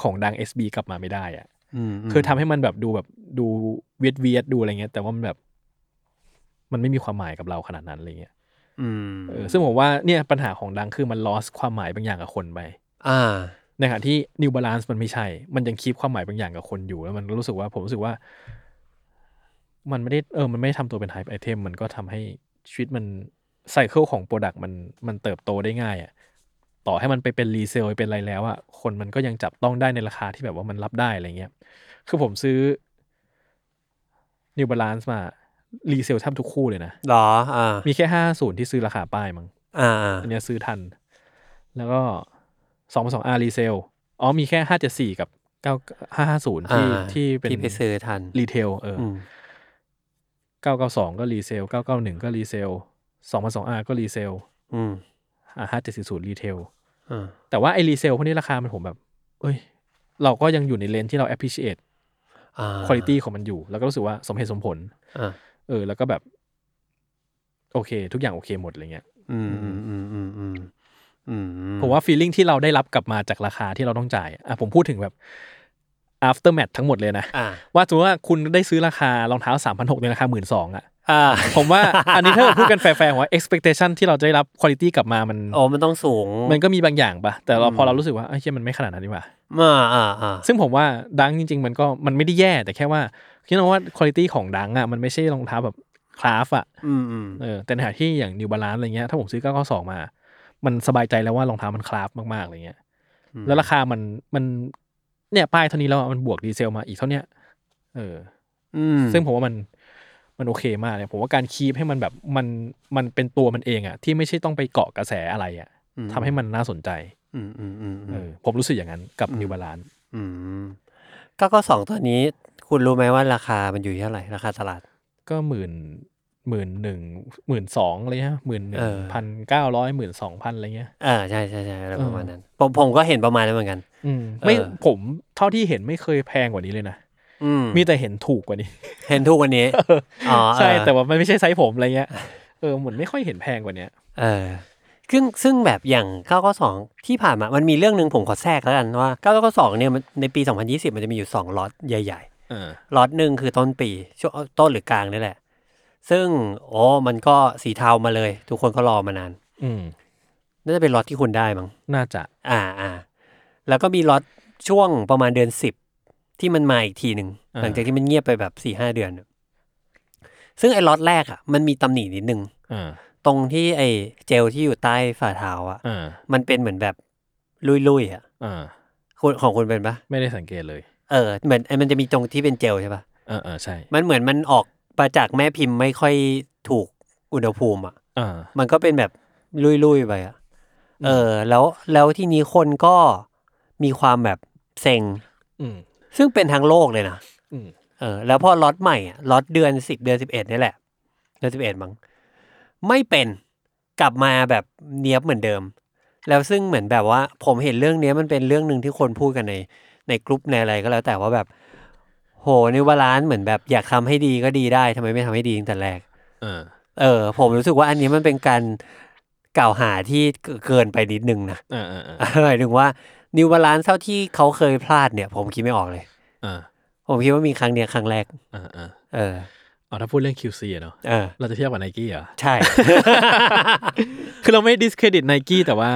ของดัง SB กลับมาไม่ได้อ่ะ มม คือทำให้มันแบบดูแบบดูเวียดเวียดๆดูอะไรเงี้ยแต่ว่ามันแบบ มันไม่มีความหมายกับเราขนาดนั้นอะไรเงี้ย อืม เออซึ่งผมว่าเนี่ยปัญหาของดังคือมัน lost ความหมายบางอย่างกับคนไป อ่า ในขณะที่ New Balance มันไม่ใช่ มันยังคีบความหมายบางอย่างกับคนอยู่ แล้วมันรู้สึกว่าผมรู้สึกว่า มันไม่ได้เออมันไม่ได้ทำตัวเป็น hype item มันก็ทำให้ชีวิตมันไซเคิลของโปรดักต์มันมันเติบโตได้ง่ายอะต่อให้มันไปเป็นรีเซลเป็นอะไรแล้วอะคนมันก็ยังจับต้องได้ในราคาที่แบบว่ามันรับได้อะไรเงี้ยคือผมซื้อ New Balance มารีเซลแทบทุกคู่เลยนะ หรอ อ่า มีแค่ห้าศูนย์ที่ซื้อราคาป้ายมั้ง อ่า อันเนี้ยซื้อทัน แล้วก็สองสองอารีเซล อ๋อมีแค่ห้าเจ็ดสี่กับเก้าห้าห้าศูนย์ที่ อ่า ที่เป็น ที่ไปซื้อทัน รีเทลเออ อืม เก้าเก้าสองก็รีเซลเก้าเก้าหนึ่งก็รีเซลสองพันสองอาก็รีเซล อืม อ่าฮะเจ็ดสี่ศูนย์รีเทล อ่า แต่ว่าไอรีเซลพวกนี้ราคามันผมแบบ เอ้ย เราก็ยังอยู่ในเลนที่เรา appreciate อ่า quality ของมันอยู่ แล้วก็รู้สึกว่าสมเหตุสมผล อ่า เออ แล้วก็แบบ โอเค ทุกอย่างโอเคหมดอะไรเงี้ย อืมอืมอืมอืมอืมอืม ผมว่า feeling ที่เราได้รับกลับมาจากราคาที่เราต้องจ่าย อ่ะผมพูดถึงแบบ after match ทั้งหมดเลยนะ อ่า ว่าสมมติว่าคุณได้ซื้อราคารองเท้า 3,600ในราคา 12,000อ่ะ อ่า ผมว่า อันนี้ถ้าพูดกันแฟร์ๆผมว่า expectation ที่เราจะได้รับ quality กลับมามัน โอ้มันต้องสูง มันก็มีบางอย่างปะแต่เราพอเรารู้สึกว่าเอ้ยเหี้ยมันไม่ขนาดนั้นดีกว่า อ่าอ่าอ่า ซึ่งผมว่าดังจริง ๆ มันก็มันไม่ได้แย่ แต่แค่ว่าคิดว่าคุณภาพของดังอ่ะมันไม่ใช่รองเท้าแบบคลาฟอ่ะ อืมอืม เออแต่ในขณะที่อย่างนิวบาลานซ์อะไรเงี้ยถ้าผมซื้อ992มา มันสบายใจแล้วว่ารองเท้ามันคลาฟมากๆอะไรเงี้ย แล้วราคามันมันเนี่ยป้ายเท่านี้แล้วอะมันบวกดีเซลมาอีกเท่าเนี้ยเออ อืม อซึ่งผมว่ามันมันโอเคมากเลยผมว่าการคีปให้มันแบบมันมันเป็นตัวมันเองอ่ะที่ไม่ใช่ต้องไปเกาะกระแสอะไรอ่ะทำให้มันน่าสนใจ อืมอืมอืมอื เอ ม อผมรู้สึกอย่างนั้นกับนิวบาลานซ์ อืมก็ก็สองตัวนี้ คุณรู้ไหมว่าราคามันอยู่เท่าไหร่ราคาตลาด ก็หมื่นหมื่นหนึ่งหมื่นสองอะไรเงี้ยหมื่นหนึ่ เอง อ พันเก้าร้อยหมื่นสองพันอะไรเงี้ย อ่าใช่ใช่ใช่อะไรประมาณนั้น ผมผมก็เห็นประมาณนั้นเหมือนกัน อืมไม่ เออ ผมเท่าที่เห็นไม่เคยแพงกว่านี้เลยนะ อืม มีแต่เห็นถูกกว่านี้ เห็นทุกวันนี้อ๋อเออ ใช่แต่ว่ามันไม่ใช่ไซส์ผมอะไรเงี้ยเออเหมือนไม่ค่อยเห็นแพงกว่าเนี้ย เออซึ่งซึ่งแบบอย่าง9ก้สองที่ผ่านมา มันมีเรื่องหนึ่งผมขอแทรกแล้วกันว่า9ก้สองเนี่ยมันในปี 2020 มันจะมีอยู่ 2ล็อตใหญ่ เออ ๆล็อตหนึ่งคือต้นปีช่วงต้นหรือกลางนี่แหละ ซึ่งโอ้มันก็สีเทามาเลย ทุกคนก็รอมานาน อืม น่าจะเป็นล็อตที่คุณได้มั้ง น่าจะ อ่าอ่าแล้วก็มีล็อตช่วงประมาณเดือน 10 ที่มันมาอีกทีหนึ่ง อ่า หลังจากที่มันเงียบไปแบบ4ี่ห้าเดือน ซึ่งไอ้ล็อตแรกอ่ะมันมีตำหนินิดนึง อ่า ตรงที่ไอ้เจลที่อยู่ใต้ฝ่าเท้าอ่ะ อ่า มันเป็นเหมือนแบบลุยๆอ่ะ อ่า คุณของคุณเป็นปะ ไม่ได้สังเกตเลย เออเหมือนไอ้มันจะมีตรงที่เป็นเจลใช่ปะ เออเออใช่ มันเหมือนมันออกมาจากแม่พิมพ์ไม่ค่อยถูกอุณหภูมิอ่ะ อ่า มันก็เป็นแบบลุยๆไปอ่ะเออ แล้วแล้วที่นี้คนก็มีความแบบเซ็ง อืม ซึ่งเป็นทางโลกเลยนะ อืม เออ แล้วพอล็อตใหม่อะล็อตเดือนสิบเดือนสิบเอ็ดนี่แหละเดือนสิบเอ็ดมั้งไม่เป็นกลับมาแบบเนี้ยบเหมือนเดิม แล้วซึ่งเหมือนแบบว่า ผมเห็นเรื่องเนี้ยมันเป็นเรื่องหนึ่งที่คนพูดกันในในกลุ่มในอะไรก็แล้วแต่ว่าแบบ โหในวาลานซ์เหมือนแบบอยากทำให้ดีก็ดีได้ทำไมไม่ทำให้ดีตั้งแต่แรก เออ เออ ผมรู้สึกว่าอันนี้มันเป็นการกล่าวหาที่เกินไปนิดนึงนะ [laughs] อ่าอ่าอ่า หมายถึงว่านิวบาลานซ์เท่าที่เขาเคยพลาดเนี่ย ผมคิดไม่ออกเลย อ่า ผมคิดว่ามีครั้งเนี้ยครั้งแรก อ่าอ่า เออ เอาถ้าพูดเรื่อง QC อะเนาะ เออ เราจะเทียบกับไนกี้เหรอ ใช่ [laughs] คือเราไม่ discredit ไนกี้แต่ว่า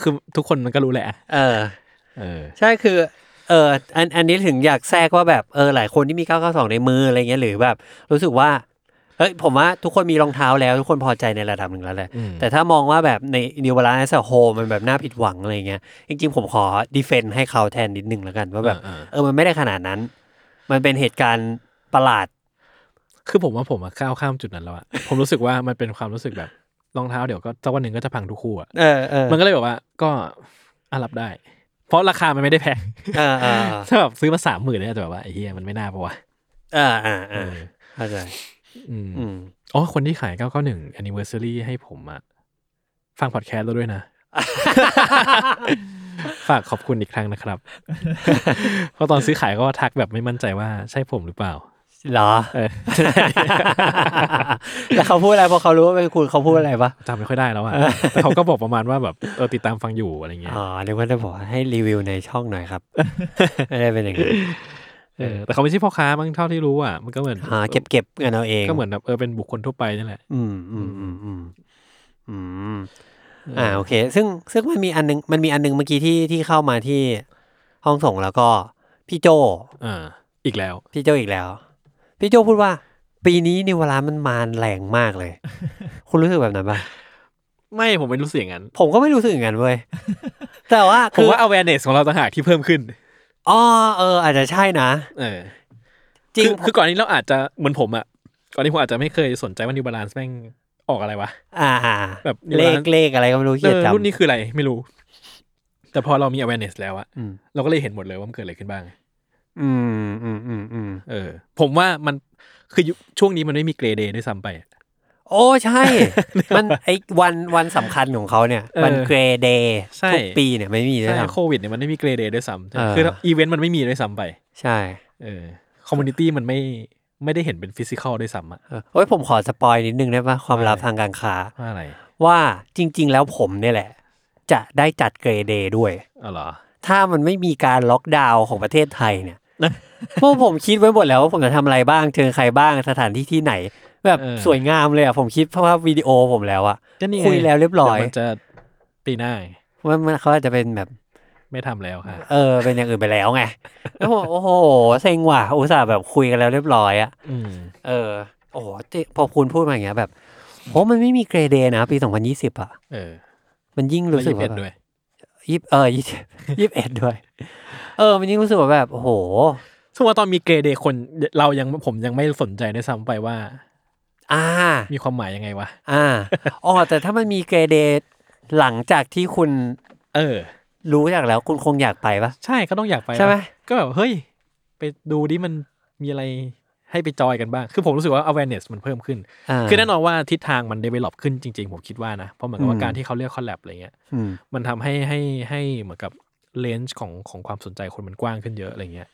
คือทุกคนมันก็รู้แหละ เออ เออ ใช่คือ เออ อัน อันนี้ถึงอยากแทรกว่าแบบ เออ หลายคนที่มี 992 ในมืออะไรเงี้ย หรือแบบ รู้สึกว่า เฮ้ย ผมว่าทุกคนมีรองเท้าแล้ว ทุกคนพอใจในระดับหนึ่งแล้วแหละ อืม แต่ถ้ามองว่าแบบในนิวบาลานซ์โฮมันแบบน่าผิดหวังอะไรเงี้ย จริงๆ ผมขอดีเฟนต์ให้เขาแทนนิดนึงแล้วกันว่าแบบ เออเออ เออ มันไม่ได้ขนาดนั้น มันเป็นเหตุการณ์ประหลาด คือผมว่าผมอะก้าวข้ามจุดนั้นแล้วอะผมรู้สึกว่ามันเป็นความรู้สึกแบบรองเท้าเดี๋ยวก็สักวันหนึ่งก็จะพังทุกคู่อะ เออเออ มันก็เลยแบบว่าก็อะรับได้ เพราะราคามันไม่ได้แพง [laughs] เออเออ ถ้าแบบซื้อมาสามหมื่นเนี่ยอาจจะแบบว่าไอ้เหี้ยมันไม่น่าปะวะ เออเออเอ เอ อ อ เข้าใจ อืม อืม อ๋อ คนที่ขาย 991 anniversary ให้ผมอะฟังพอดแคสต์แล้วด้วยนะ ฝากขอบคุณอีกครั้งนะครับ [laughs] เพราะตอนซื้อขายก็ทักแบบไม่มั่นใจว่าใช่ผมหรือเปล่า [laughs] เหรอ เออ [laughs] แล้วเขาพูดอะไรพอเขารู้ว่าเป็นคุณเขาพูดอะไรปะ จำไม่ค่อยได้แล้วอะแต่เขาก็บอกประมาณว่าแบบเออติดตามฟังอยู่อะไรเงี้ย อ๋อเรียกว่าจะบอกให้รีวิวในช่องหน่อยครับ [laughs] ไม่ได้เป็นอย่างนี้น เออแต่เขาไม่ใช่พ่อค้ามั้งเท่าที่รู้อะมันก็เหมือน อ๋อเก็บเก็บกันเอาเอง ก็เหมือนแบบเออเป็นบุคคลทั่วไปนี่แหละ อืมอืมอืมอืมอืมอ่าโอเค ซึ่งซึ่งมันมีอันนึงมันมีอันนึงเมื่อกี้ที่ที่เข้ามาที่ห้องส่งแล้วก็พี่โจ อ่า อีกแล้ว พี่โจอีกแล้ว พี่โจพูดว่า ปีนี้นิวาลามันมาแรงมากเลย คุณรู้สึกแบบนั้นปะ ไม่ผมไม่รู้สึกอย่างนั้น ผมก็ไม่รู้สึกอย่างนั้นเว้ยแต่ว่า ผ คื ม อ ว่า awareness ของเราต่างหากที่เพิ่มขึ้น อ๋อเออ อาจจะใช่นะ เออ จริง คือคือก่อนนี้เราอาจจะเหมือนผมอะก่อนนี้ผมอาจจะไม่เคยสนใจว่า New Balance แม่งออกอะไรวะ อ่าอ่า แบบ เลข New Balance เลขอะไรก็ไม่รู้ เอ เขียน อ จำ รุ่นนี้คืออะไรไม่รู้ แต่พอเรามี awareness แล้วอะ อืม เราก็เลยเห็นหมดเลยว่ามันเกิดอะไรขึ้นบ้าง อืมอืมอืมอืม เออ ผมว่ามันคือยุคช่วงนี้มันไม่มีเกรเดย์ด้วยซ้ำไปอะ อ โอ้ใช่ มันไอ้วันวันสำคัญของเขาเนี่ย เออ วันเกรเดย์ ใช่ ทุกปีเนี่ยไม่มีด้วย ใช่ ซ้ โควิดเนี่ยมันไม่มีเกรเดย์ด้วยซ้ำ เออ คืออีเวนต์มันไม่มีด้วยซ้ำไป ำใช่ เออคอมมูนิตี้มันไม่ไม่ได้เห็นเป็นฟิสิกอลด้วยซ้ำอะ เออโอ้ยผมขอสปอยนิดนึงได้ปะความลับทางการค้า ว่าอะไร ว่าจริง ๆ แล้วผมเนี่ยแหละ จะได้จัดเกรเดย์ด้วย อ๋อเหรอ ถ้ามันไม่มีการล็อกดาวน์ของประเทศไทย [laughs] เนี่ย เพราะผมคิดไว้หมดแล้วว่าผมจะทำอะไรบ้างเจอใครบ้างสถานที่ที่ไหน แบบ เออ สวยงามเลยอ่ะผมคิดเพราะว่าวิดีโอผมแล้วอ่ะ ก็นี่ไง คุยแล้วเรียบร้อย ดี๋วมันจะปีหน้าไง ว่ามันเขาอาจจะเป็นแบบ ไม่ทำแล้วค่ะ เออเป็นอย่างอื่นไปแล้วไงแล้วผมโอ้โหเซ็งว่ะอุตส่าห์แบบคุยกันแล้วเรียบร้อยอ่ะ อืม เออโอ้โหที่พอคุณพูดมาอย่างเงี้ยแบบโหมันไม่มีเกรเดย์นะปี 2020 อ่ะ เออ มันยิ่งรู้สึก เอ็ ว่า ด แบบ ด้วย ยี่สิบเออยี่สิบยี่สิบเอ็ดด้วย เออ มันยิ่งรู้สึกว่าแบบโอ้โห ซึ่งว่าตอนมีเกรเดย์คนเรายังผมยังไม่สนใจด้วยซ้ำไปว่า อ่า มีความหมายยังไงวะ อ่าอ๋อแต่ถ้ามันมีเกรเดทหลังจากที่คุณ เออ รู้จากแล้วคุณคงอยากไปปะ ใช่ก็ต้องอยากไป ใช่ไหม วะก็แบบ เฮ้ย ไปดูดิมันมีอะไรให้ไปจอยกันบ้าง คือผมรู้สึกว่า awareness มันเพิ่มขึ้น อ่า คือแน่นอนว่าทิศทางมัน develop ขึ้นจริง ๆ ผมคิดว่านะ เพราะเหมือนกับ อื ว่าม การที่เขาเลือก collab อะไรเงี้ย อืม มันทำให้ให้ให้เหมือนกับเลนส์ของของความสนใจคนมันกว้างขึ้นเยอะอะไรเงี้ย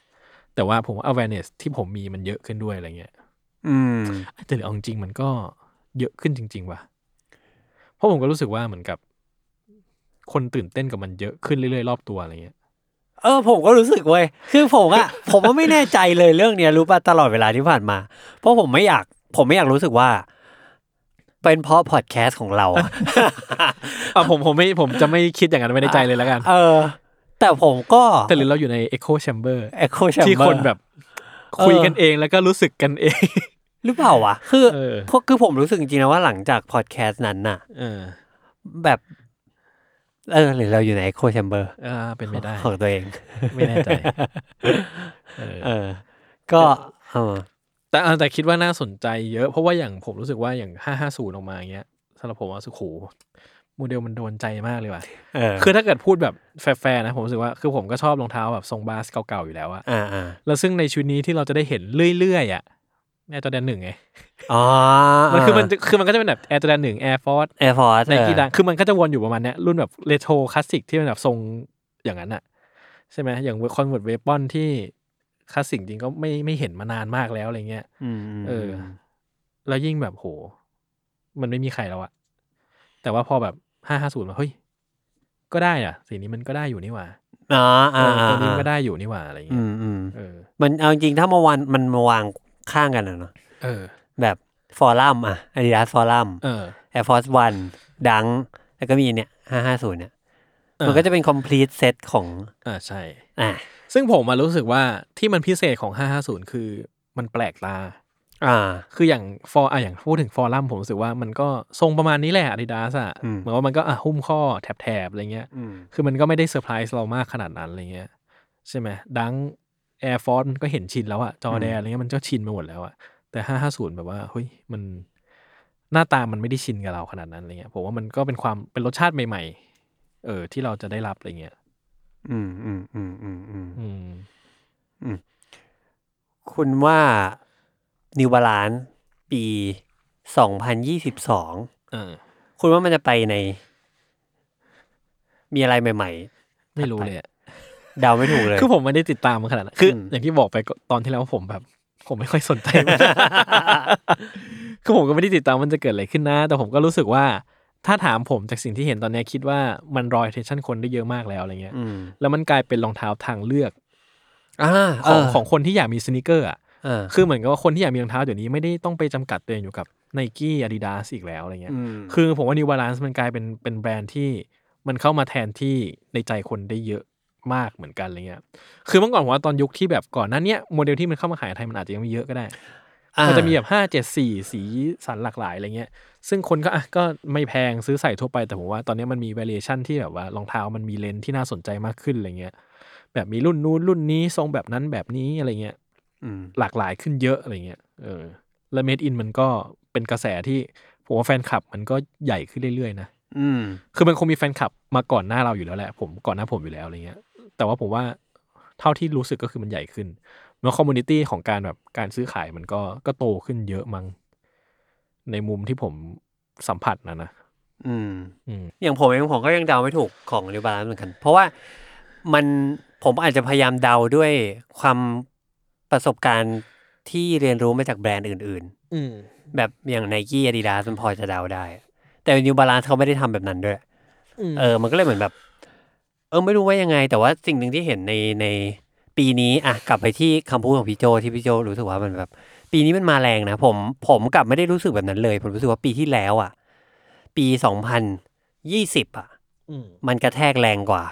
แต่ว่าผมว่า awareness ที่ผมมีมันเยอะขึ้นด้วยอะไรเงี้ย อืม แต่เอาจริงๆมันก็เยอะขึ้นจริง ๆ ว่ะ เพราะผมก็รู้สึกว่าเหมือนกับ คนตื่นเต้นกับมันเยอะขึ้นเรื่อยๆ รอบตัวอะไรเงี้ย เออ ผมก็รู้สึกเว้ย คือผมอะ [laughs] ผมก็ไม่แน่ใจเลยเรื่องเนี้ยรู้ป่ะตลอดเวลาที่ผ่านมา เพราะผมไม่อยาก ผมไม่อยากรู้สึกว่า เป็นเพราะพอดแคสต์ของเราอะ อ่ะผมผมไม่ผมจะไม่คิดอย่างนั้นไม่ในใจเลยแล้วกัน เออ แต่ผมก็ [laughs] แต่หรือเราอยู่ใน Echo Chamber เอ็กโคแชมเบอร์ ที่คนแบบคุยกันเองแล้วก็รู้สึกกันเอง หรือเปล่าวะ คือ เออ พวกคือผมรู้สึกจริงๆนะว่าหลังจากพอดแคสต์นั้นน่ะ เออ แบบ เออหรือเราอยู่ในโคแชมเบอร์ เออเป็นไม่ได้ ของตัวเอง ไม่แน่ใจ เออ เออ ก็เออ แต่อ่ะแต่คิดว่าน่าสนใจเยอะเพราะว่าอย่างผมรู้สึกว่าอย่าง 550 ออกมาอย่างเงี้ยสำหรับผมว่าสุขโหโมเดลมันโดนใจมากเลยว่ะ เออ คือถ้าเกิดพูดแบบแฟร์ๆนะผมรู้สึกว่าคือผมก็ชอบรองเท้าแบบทรงบาสเก่าๆอยู่แล้วอะ อ่าอ่า แล้วซึ่งในชุดนี้ที่เราจะได้เห็นเรื่อยๆอะแอร์จอแดนหนึ่งไง อ๋อ มันคือมันจะคือมันก็จะเป็นแบบแอร์จอแดนหนึ่งแอร์ฟอร์ส แอร์ฟอร์ส ไนกี้ดังคือมันก็จะวนอยู่ประมาณเนี้ยรุ่นแบบเรโทรคลาสสิกที่เป็นแบบทรงอย่างนั้นอะใช่ไหมอย่างคอนเวิร์ตเวปอนที่คลาสสิกจริงก็ไม่ไม่เห็นมานานมากแล้วอะไรเงี้ย อืม เออ แล้วยิ่งแบบโห มันไม่มีใครแล้วอะแต่ว่าพอแบบห้าห้าศูนย์มาเฮ้ย ก็ได้อะสีนี้มันก็ได้อยู่นี่หว่า อ๋ออ่า เออ อ่า ตัวนี้ก็ได้อยู่นี่หว่าอะไรอย่าง อื เงี้มยอืม เออ มันเอาจริงๆถ้ามาวางมันมาวางข้างกันอะเนาะ เออ แบบฟอรัมอะอาดิดาสฟอรัม เออ แอร์ฟอร์สวันดัง แล้วก็มีเนี่ยห้าห้าศูนย์เนี่ย มันก็จะเป็น complete set ของ อ่าใช่ อ่า ซึ่งผมมารู้สึกว่าที่มันพิเศษของ 550 คือมันแปลกตา อ่า คืออย่างฟอร์อ่ะอย่างพูดถึงฟอรัมผมรู้สึกว่ามันก็ทรงประมาณนี้แหละอาดิดาสอ่ะ อืม เหมือนว่ามันก็อ่ะหุ้มข้อแถบๆอะไรเงี้ย อืม คือมันก็ไม่ได้เซอร์ไพรส์เรามากขนาดนั้นอะไรเงี้ย ใช่ไหมดังแอร์ฟอร์มันก็เห็นชินแล้วอะจอแดนอะไรเงี้ยมันก็ชินไปหมดแล้วอะแต่ห้าห้าศูนย์แบบว่าเฮ้ยมันหน้าตามันไม่ได้ชินกับเราขนาดนั้นอะไรเงี้ยผมว่ามันก็เป็นความเป็นรสชาติใหม่ ๆ เออ ที่เราจะได้รับอะไรเงี้ย อืมอืมอืมอืมอืม อืม คุณว่านิวบาลานปีสองพันยี่สิบสอง เออ คุณว่ามันจะไปใน มีอะไรใหม่ ไม่รู้เลยอะ ๆ เดาไม่ถูกเลย คือผมไม่ได้ติดตามมันขนาดนั้นคืออ ม อย่างที่บอกไปก็ตอนที่แล้วว่าผมแบบ ผมไม่ค่อยสนใจ [laughs] มัน คือผมก็ไม่ได้ติดตามมันจะเกิดอะไรขึ้นนะ แต่ผมก็รู้สึกว่า ถ้าถามผมจากสิ่งที่เห็นตอนเนี้ยคิดว่ามันรอยเทชั่นคนได้เยอะมากแล้วอะไรเงี้ย [laughs] อืม แล้วมันกลายเป็นรองเท้าทางเลือก อ่า ข เอ อง อ ของคนที่อยากมีสนิเกอร์อ่ะ เออ คือเหมือนกับว่าคนที่อยากมีรองเท้าเดี๋ยวนี้ไม่ได้ต้องไปจำกัดตัวเองอยู่กับไนกี้อาดิดาสอีกแล้วอะไรเงี้ย อืม คือผมว่า New Balance มันกลายเป็นเป็นแบรนด์ที่มันเข้ามาแทนที่ในใจคนได้เยอะมากเหมือนกันอะไรเงี้ย คือเมื่อก่อนผมว่าตอนยุคที่แบบก่อนหนั้นเนี้ยโมเดลที่มันเข้ามาขายในไทยมันอาจจะยังไม่เยอะก็ได้ มันจะมีแบบห้าเจ็ดสี่สีสันหลากหลายอะไรเงี้ย ซึ่งคนก็อ่ะก็ไม่แพงซื้อใส่ทั่วไปแต่ผมว่าตอนนี้มันมี variation ที่แบบว่ารองเท้ามันมีเลนส์ที่น่าสนใจมากขึ้นอะไรเงี้ย แบบมีรุ่นนู้นรุ่นนี้ทรงแบบนั้นแบบนี้อะไรเงี้ย อืม หลากหลายขึ้นเยอะอะไรเงี้ย เออ และ made in มันก็เป็นกระแสที่ผมว่าแฟนคลับมันก็ใหญ่ขึ้นเรื่อยๆนะ อืม คือมันคงมีแฟนคลับมาก่อนหน้าเราอยู่แล้วแหละ ผมก่อนหน้าผมอยู่แล้วอะไรเงี้ย แต่ว่าผมว่าเท่าที่รู้สึกก็คือมันใหญ่ขึ้น แล้วคอมมูนิตี้ของการแบบการซื้อขายมันก็ก็โตขึ้นเยอะมั้ง ในมุมที่ผมสัมผัสนะนะ อืม อืม อย่างผมเองผมก็ยังเดาไม่ถูกของนิวบาลานเหมือนกัน เพราะว่ามันผมอาจจะพยายามเดาด้วยความประสบการณ์ที่เรียนรู้มาจากแบรนด์อื่น อืม ๆ แบบอย่างไนกี้อาดิดาสมันพอจะเดาได้ แต่นิวบาลานเขาไม่ได้ทำแบบนั้นด้วย เออ มันก็เลยเหมือนแบบ เออ ไม่รู้ว่ายังไง แต่ว่าสิ่งหนึ่งที่เห็นในในปีนี้ อ่ะ กลับไปที่คำพูดของพี่โจที่พี่โจรู้สึกว่ามันแบบ ปีนี้มันมาแรงนะ ผม ผมกลับไม่ได้รู้สึกแบบนั้นเลย ผมรู้สึกว่าปีที่แล้ว อ่ะ ปีสองพันยี่สิบอ่ะ มันกระแทกแรงกว่า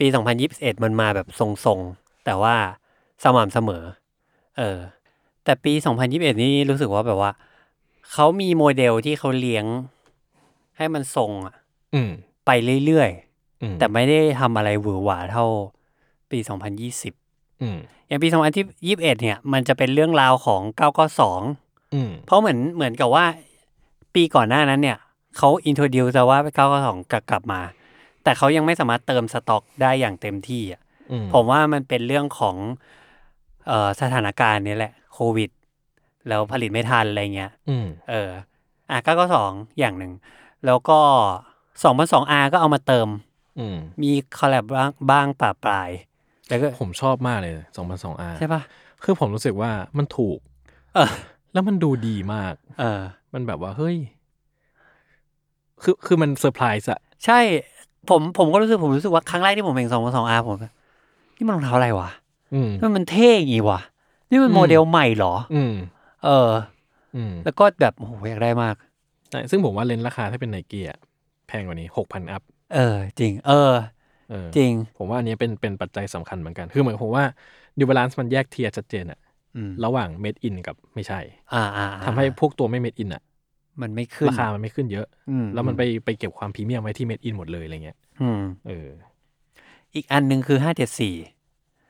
ปี 2021 มันมาแบบทรงๆ แต่ว่าสม่ำเสมอ เออ แต่ปี 2021 นี่รู้สึกว่าแบบว่า เขามีโมเดลที่เขาเลี้ยง ให้มันทรงอะ อืม ไปเรื่อย อืม ๆ แต่ไม่ได้ทำอะไรหวือหวาเท่าปี 2020 อืม อย่างปี 2021 เนี่ย มันจะเป็นเรื่องราวของ 992 อืม เพราะเหมือนเหมือนกับว่าปีก่อนหน้านั้นเนี่ยเขาอินโทรดิวแต่ว่าเก้าสองกลับกลับมา แต่เขายังไม่สามารถเติมสต็อกได้อย่างเต็มที่อ่ะ อืม ผมว่ามันเป็นเรื่องของเอ่อสถานการณ์นี้แหละโควิด แล้วผลิตไม่ทันอะไรเงี้ย อืม เอออ่ะเก้าสองอย่างหนึ่ง แล้วก็สองพันสองอาก็เอามาเติม อืม มีคอลแลบบ้างบ้างปะปลายแล้วก็ ผมชอบมากเลยสองพันสองอา ใช่ปะ คือผมรู้สึกว่ามันถูก เออ แล้วมันดูดีมาก เออ มันแบบว่า เฮ้ย คือคือมันเซอร์ไพรส์อะ ใช่ผมผมก็รู้สึกผมรู้สึกว่าครั้งแรกที่ผมเห็นสองสองอาผมแบบนี่มันรองเท้าอะไรวะ อืม นี่มันเท่อย่างงี้วะนี่มัน อืม โมเดลใหม่เหรอ อืม เออ อืม แล้วก็แบบโอ้โหอยากได้มาก ใช่ซึ่งผมว่าเลนส์ราคาถ้าเป็นไนกี้อะแพงกว่านี้หกพันอัพ เออ จริง เออ เออ จริง ผมว่าอันเนี้ยเป็นเป็นปัจจัยสำคัญเหมือนกัน คือเหมือนผมว่าดิวบาลานซ์มันแยกเทียร์ชัดเจนอะ อืม ระหว่างเมดอินกับไม่ใช่ อ่าอ่า ทำให้พวกตัวไม่เมดอินอะ มันไม่ขึ้น ราคามันไม่ขึ้นเยอะ อื แล้วมันไปไปเก็บความพรีเมียมไว้ที่เมดอินหมดเลยอะไรเงี้ย อืม เออ อีกอันหนึ่งคือห้าเจ็ดสี่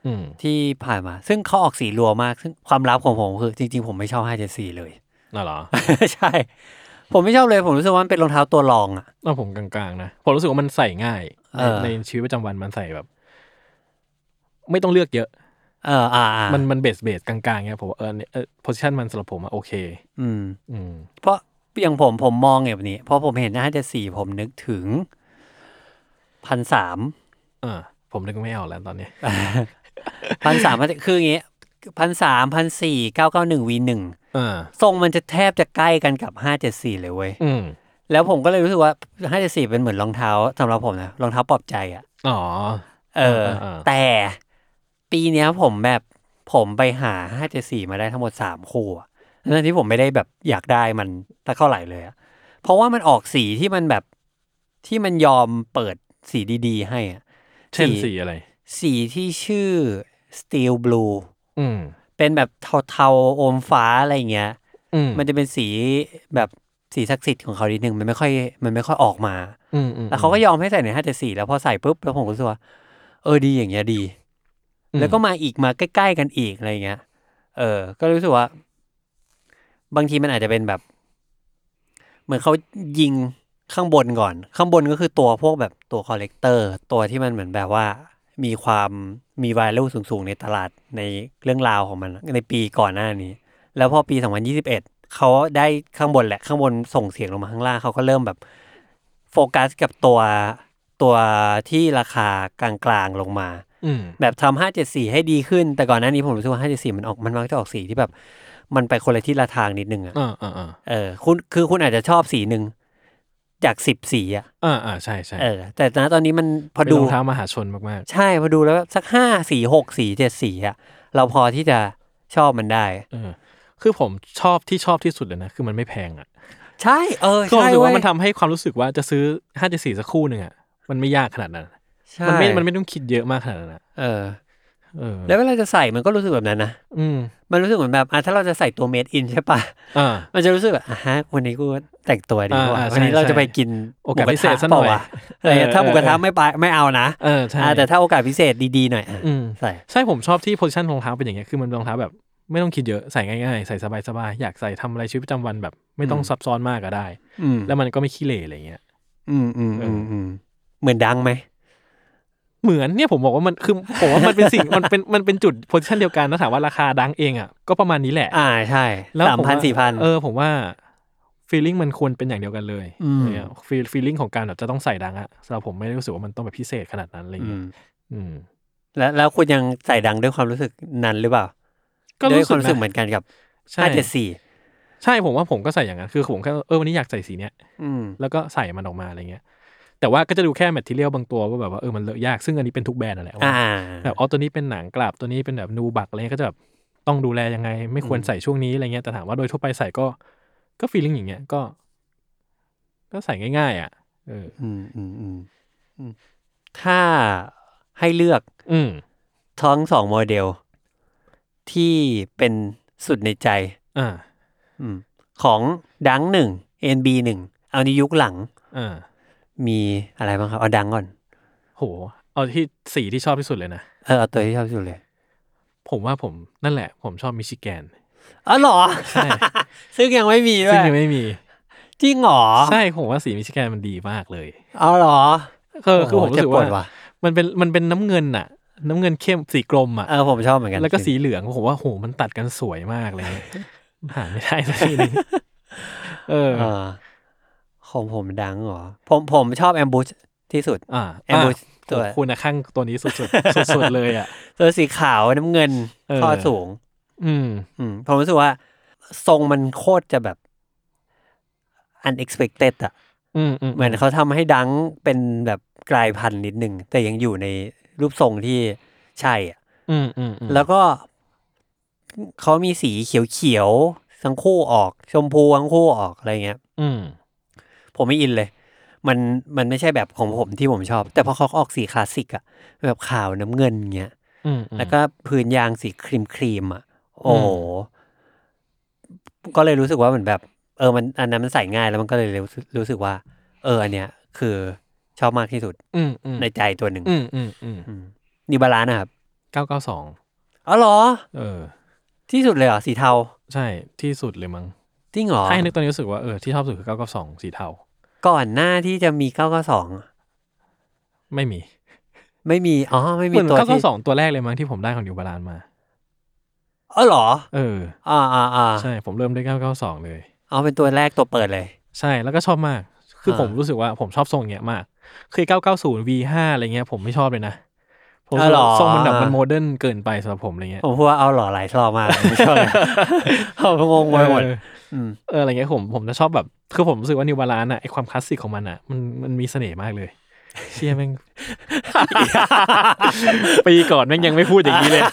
อืม ที่ผ่านมา ซึ่งเขาออกสีรัวมาก ซึ่งความลับของผมคือ จริง ๆ ผมไม่ชอบห้าเจ็ดสี่เลย [laughs] น่ะเหรอ ใช่ ผมไม่ชอบเลย ผมรู้สึกว่ามันเป็นรองเท้าตัวรองอ่ะ เอาผมกลางๆนะ ผมรู้สึกว่ามันใส่ง่าย ใน เออ ในชีวิตประจำวันมันใส่แบบ ไม่ต้องเลือกเยอะ เอออ่าอ่า มันมันเบสเบสกลางๆเงี้ยผมว่าเออเนี่ยโพสิชันมันสำหรับผมอะโอเค อืม อืม เพราะอย่างผมผมมองอย่างนี้เพราะผมเห็นหน้าเจ็ดสี่ผมนึกถึงพันสาม อ่าผมนึกไม่ออกแล้วตอนเนี้ย พันสามคืออย่างเงี้ยพันสามพันสี่เก้าเก้าหนึ่งวีหนึ่ง อ่า ทรงมันจะแทบจะใกล้กันกับห้าเจ็ดสี่เลยเว้ย อืม แล้วผมก็เลยรู้สึกว่าห้าเจ็ดสี่เป็นเหมือนรองเท้าสำหรับผมนะรองเท้าปลอบใจอะ่ะ อ๋อ เออ เออเออ แต่ปีเนี้ยผมแบบผมไปหาห้าเจ็ดสี่มาได้ทั้งหมดสามคู่อะทั้งที่ผมไม่ได้แบบอยากได้มันสักเท่าไหร่เลยอะเพราะว่ามันออกสีที่มันแบบที่มันยอมเปิดสีดีๆ ให้อะ เช่นสีอะไร สีที่ชื่อ steel blue อืม เป็นแบบเทาๆ อมฟ้าอะไรเงี้ย อืม มันจะเป็นสีแบบสีศักดิ์สิทธิ์ของเขานิดนึงมันไม่ค่อย มันไม่ค่อยออกมา อืมอืม แล้วเขาก็ยอมให้ใส่ในห้าเจ็ดสี่แล้วพอใส่ปุ๊บแล้วผมก็รู้สึกว่า เออดีอย่างเงี้ยดี แล้วก็มาอีกมาใกล้ๆกันอีกอะไรเงี้ย เออ ก็รู้สึกว่า บางทีมันอาจจะเป็นแบบ เหมือนเขายิงข้างบนก่อน ข้างบนก็คือตัวพวกแบบตัวคอลเลกเตอร์ ตัวที่มันเหมือนแบบว่า มีความมีวาลูสูงๆ ในตลาดในเรื่องราวของมัน ในปีก่อนหน้านี้ แล้วพอปี 2021 เขาได้ข้างบนแหละ ข้างบนส่งเสียงลงมาข้างล่างเขาก็เริ่มแบบ โฟกัสกับตัวตัวที่ราคากลางๆลงมา อืม แบบทำห้าเจ็ดสี่ให้ดีขึ้น แต่ก่อนหน้านี้ผมรู้สึกว่าห้าเจ็ดสี่มันออกมันมักจะออกสีที่แบบ มันไปคนละทิศละทางนิดนึงอะ อ่าอ่าอ่า เออคุณคือคุณอาจจะชอบสีหนึ่งจากสิบสีอ่ะ อ่าอ่าใช่ใช่ เออ แต่ณตอนนี้มันพอ เป็น ดู รองเท้ามหาชนมาก ใช่พอดูแล้วสักห้าสีหกสีเจ็ดสีอ่ะเราพอที่จะชอบมันได้ ๆเออ คือผมชอบที่ชอบที่สุดเลยนะ คือมันไม่แพงอ่ะ ใช่เออ คือผม ใช่ รู้สึก เว้ย ว่ามันทำให้ความรู้สึกว่าจะซื้อห้าสี่สักคู่หนึ่งอ่ะมันไม่ยากขนาดนั้น ใช่ มันไม่มันไม่ต้องคิดเยอะมากขนาดนั้นอะ เออ เออ แล้วเวลาจะใส่มันก็รู้สึกแบบนั้นนะ อืม มันรู้สึกเหมือนแบบอ่ะถ้าเราจะใส่ตัวเมดอินใช่ปะ อ่า มันจะรู้สึกแบบอ่ะฮะวันนี้กูแต่งตัวดีกว่า อ่าใช่ วันนี้เราจะไปกิน โอกาสพิเศษซะ ห หน่ มูกระทะเปล่าอยวะอะไรเงี้ย เออ ถ้าหมูกระทะ เออ ไม่ไปไม่เอานะ เออใช่ อ่าแต่ถ้าโอกาสพิเศษดีๆหน่อยอ่ะ อืม ใส่ ใช่ผมชอบที่โพสิชันรองเท้าเป็นอย่างเงี้ยคือมันรองเท้าแบบ ไม่ต้องคิดเยอะใส่ง่ายๆ ใส่สบายๆ อยากใส่ทำอะไรชีวิตประจำวันแบบ ไม่ต้องซับซ้อนมากก็ได้ อืม แล้วมันก็ไม่ขี้เหร่อะไรเงี้ย อืมอืมอืมอืมเหมือนดังไหม เหมือนเนี่ยผมบอกว่ามันคือผมว่ามันเป็นสิ่ง มันเป็นมันเป็นจุดโพสิชันเดียวกันนะถามว่าราคาดังเองอ่ะก็ประมาณนี้แหละ อ่าใช่ แล้ว สาม ผว่ พันสี่พัน เออผมว่า ฟีลลิ่งมันควรเป็นอย่างเดียวกันเลย อืม เนี่ยฟีลฟีลลิ่งของการแบบจะต้องใส่ดังอะสำหรับผมไม่ได้รู้สึกว่ามันต้องแบบพิเศษขนาดนั้นอะไร อื เงี้ย ม อืม แล้วแล้วคุณยังใส่ดังด้วยความรู้สึกนั้นหรือเปล่า ก็ ด้ว รู้ ยความรู้ สึ สึ ก กเหมื นะ อนกันกับ ใช่ ห้าเจ็ดสี่ ใช่ผมว่าผมก็ใส่อย่างนั้นคือผมแค่เออวันนี้อยากใส่สีเนี้ย อืม แล้วก็ใส่มันออกมาอะไรเงี้ย แต่ว่าก็จะดูแค่แมทเทียลบางตัวว่าแบบว่าเออมันเลอะยากซึ่งอันนี้เป็นทุกแบรนด์นั่นแหละว่า อ่า แบบเอาตัวนี้เป็นหนังกลับตัวนี้เป็นแบบนูบักอะไรเงี้ยก็จะแบบต้องดูแลยังไง ไม่ควร อืม ใส่ช่วงนี้อะไรเงี้ยแต่ถามว่าโดยทั่วไปใส่ก็ก็ฟีลลิ่งอย่างเงี้ยก็ ก็ใส่ง่าย ๆ อ่ะเออ อืมอืมอืมอืมถ้าให้เลือก อืม ทั้งสองโมเดล ที่เป็นสุดในใจ อ่า อืมของดังหนึ่ง NB หนึ่งเอาในยุคหลัง อ่า มีอะไรบ้างครับ เอาดังก่อน โห เอาที่สีที่ชอบที่สุดเลยนะ เออเอาตัวที่ชอบที่สุดเลย ผมว่าผมนั่นแหละ ผมชอบมิชิแกน อ๋อเหรอ ใช่ [laughs] ซึ่งยังไม่มีด้ว ซึ่ง ย ยังไม่มี จริงเหรอ ใช่ผมว่าสีมิชิแกนมันดีมากเลย เอาเหรอ คือคือ โโห ผมรู้สึก เจ็บป ว่า ดว่ะ มันเป็นมันเป็นน้ำเงินอะน้ำเงินเข้มสีกลมอะ เออผมชอบเหมือนกัน แล้วก็สี จริง เหลืองผมว่าโหมันตัดกันสวยมากเลย [laughs] หาไม่ได้สักทีนึงเออ เออของผมดังเหรอ ผมผมชอบแอมบูชที่สุด อ่า แอมบูช ะ ตัว โหคุณนะข้างตัวนี้สุดๆสุดๆเลย [laughs] อ่ะ ตัวสีขาวน้ำเงิน เออ ข้อสูง อืม อืมผมรู้สึกว่า ทรงมันโคตรจะแบบ unexpected อะ อืมอืม เหมือนเขาทำให้ดังเป็นแบบกลายพันธุ์นิดนึง แต่ยังอยู่ในรูปทรงที่ใช่อะ อืมอืมอืม แล้วก็เขามีสีเขียวๆทั้งคู่ออก ชมพูทั้งคู่ออกอะไรเงี้ย อืม ผมไม่อินเลย มันมันไม่ใช่แบบของผมที่ผมชอบ แต่พอเขาออกสีคลาสสิกอะแบบขาวน้ำเงินเงี้ย อืมอืม แล้วก็พื้นยางสีครีมครีมๆอ่ะ โอ้โห ก็เลยรู้สึกว่าเหมือนแบบ เออมันอันนั้นมันใส่ง่ายแล้วมันก็เลยรู้สึกรู้สึกว่า เอออันเนี้ย คือชอบมากที่สุด อืมอืม ในใจตัวหนึ่ง อืมอืมอืม นิบาลานะครับ เก้าเก้าสอง อ๋อเหรอ เออ ที่สุดเลยเหรอ สีเทา ใช่ที่สุดเลยมั้ง จริงเหรอ ถ้าให้นึกตอนนี้รู้สึกว่าเออที่ชอบสุดคือเก้าเก้าสองสีเทา ก่อนหน้าที่จะมีเก้าเก้าสอง ไม่มี ไม่มี อ๋อ ไม่ เห มี มือน ตัว เก้า ที่ เก้าสองตัวแรกเลยมั้งที่ผมได้ของยูบาลานมา อ๋อเหรอ เออ อ่าอ่าอ่า ใช่ผมเริ่มด้วยเก้าเก้าสองเลย เอาเป็นตัวแรกตัวเปิดเลย ใช่แล้วก็ชอบมาก คือ อ่า ผมรู้สึกว่าผมชอบทรงเนี้ยมาก คือ 990 V5 อะไรเงี้ยผมไม่ชอบเลยนะ ผมรู้สึก อ๋อเหรอ ว่าทรงมันแบบมันโมเดิร์นเกินไปสำหรับผมอะไรเงี้ย ผมพูดว่าเอาเหรอหลายรอบมากไม่ชอบเลย [laughs] ผมงงไปหมด เออ อืม เอออะไรเงี้ยผมผมจะชอบแบบ คือผมรู้สึกว่านิวบาลานอะไอความคลาสสิกของมันอะมันมันมีเสน่ห์มากเลย เชี่ยแม่ง [laughs] ปีก่อนแม่งยังไม่พูดอย่า [laughs] งนี้เลย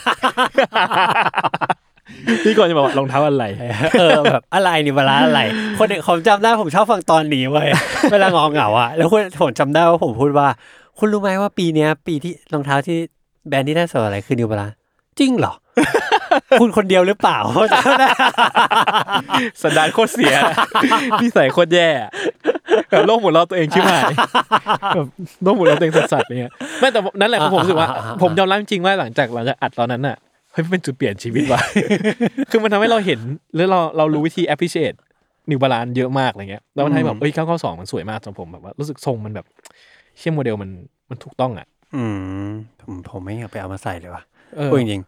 ปีก่อนจะบอกว่ารองเท้าอะไร เออแบบอะไรนี่เวลาอะไร คนอื่นผมจำได้ผมชอบฟังตอนนี้เว้ย [laughs] เวลางอเหงาอะแล้วคุณผมจำได้ว่าผมพูดว่า คุณรู้ไหมว่าปีเนี้ย ปีที่รองเท้าที่แบรนด์ที่น่าสนอะไรคือนิวบาลานจริง [laughs] เหรอ คุณคนเดียวหรือเปล่า สันดานโคตรเสีย [laughs] นิสัยโคตรแย่อะแบบโลกหมุนรอบตัวเองชิบหาย [laughs] แบบโลกหมุนรอบตัวเองสัสๆอะไรเงี้ยไม่แต่นั่นแหละผมรู้สึกว่า อ่าอ่าอ่า ผมยอมรับจริงๆว่าหลังจากหลังจากอัดตอนนั้นน่ะเฮ้ยมันเป็นจุดเปลี่ยนชีวิ [laughs] ตว่ะ คือมันทำให้เราเห็นหรือเราเรารู้วิธี appreciate นิวบาลานเยอะมากอะไรเงี้ยแล้วมันให้แบบเอ้ยเก้าเก้าสองมันสวยมากสำหรับผมแบบว่ารู้สึกทรงมันแบบเชี่ยโมเดลมันมันถูกต้องอ่ะ อืมผมผมไม่อยากไปเอามาใส่เลยว่ะ เออ พูดจริง จริ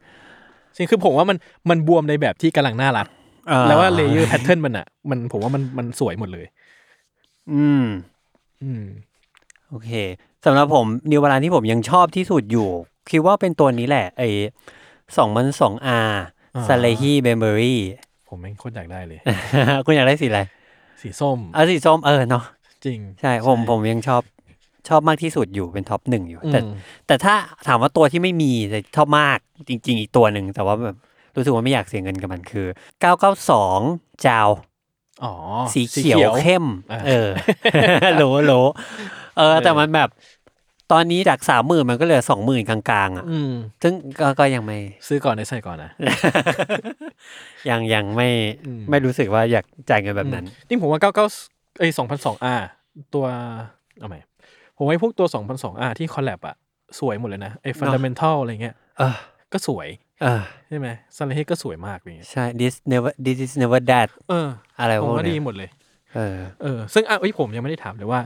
งคือผมว่ามันมันบวมในแบบที่กำลังน่ารัก ๆอ่ แล้วว่าเลเยอร์แพทเทิร์นมันอ่ะ มันผมว่ามันมันสวยหมดเลย อืม อืม โอเคสำหรับผมนิวบาลานที่ผมยังชอบที่สุดอยู่ คิดว่าเป็นตัวนี้แหละไอ้สองมันสองอาร์ อ่า ซาเลฮีเบเบอรี่ ผมแม่งโคตรอยากได้เลย [laughs] คุณอยากได้สีอะไร สีส้ม เอาสีส้มเออเนาะ จริง ใช่ผมผมยังชอบชอบมากที่สุดอยู่เป็นท็อปหนึ่งอยู่ แต่ อืม แต่ถ้าถามว่าตัวที่ไม่มีแต่ชอบมากจริง ๆ อีกตัวหนึ่ง แต่ว่าแบบรู้สึกว่าไม่อยากเสียเงินกับมันคือ 992 จาว อ๋อ สีเขียวเข้ม อ่ะ เอ [laughs] อ โหลโหลเออ แต่มันแบบตอนนี้จากสามหมื่นมันก็เหลือสองหมื่นกลางๆอ่ะ อืม ซึ่งก็ก็ยังไม่ [laughs] ซื้อก่อนได้ใส่ก่อนนะ ยังยังไม่ อืม ไม่รู้สึกว่าอยากจ่ายเงินแบบนั้น นี่ผมว่าเก้าเก้าเอ้ยสองพันสองอาตัวเอาใหม่ผมว่าพวกตัวสองพันสองอาที่คอลแลบอะสวยหมดเลยนะไอ้ฟันดัมเมนทัลอะไรเงี้ย เออ ก็สวย เออ ใช่ไหมซันเลเฮก็สวยมากอะไรเงี้ย ใช่ this never this is never that เออ อะไร ผม พวก ว่า เนี้ ดี ย หมดเลย เออ เออซึ่งอ่ะเอ้ยผมยังไม่ได้ถามเลยว่า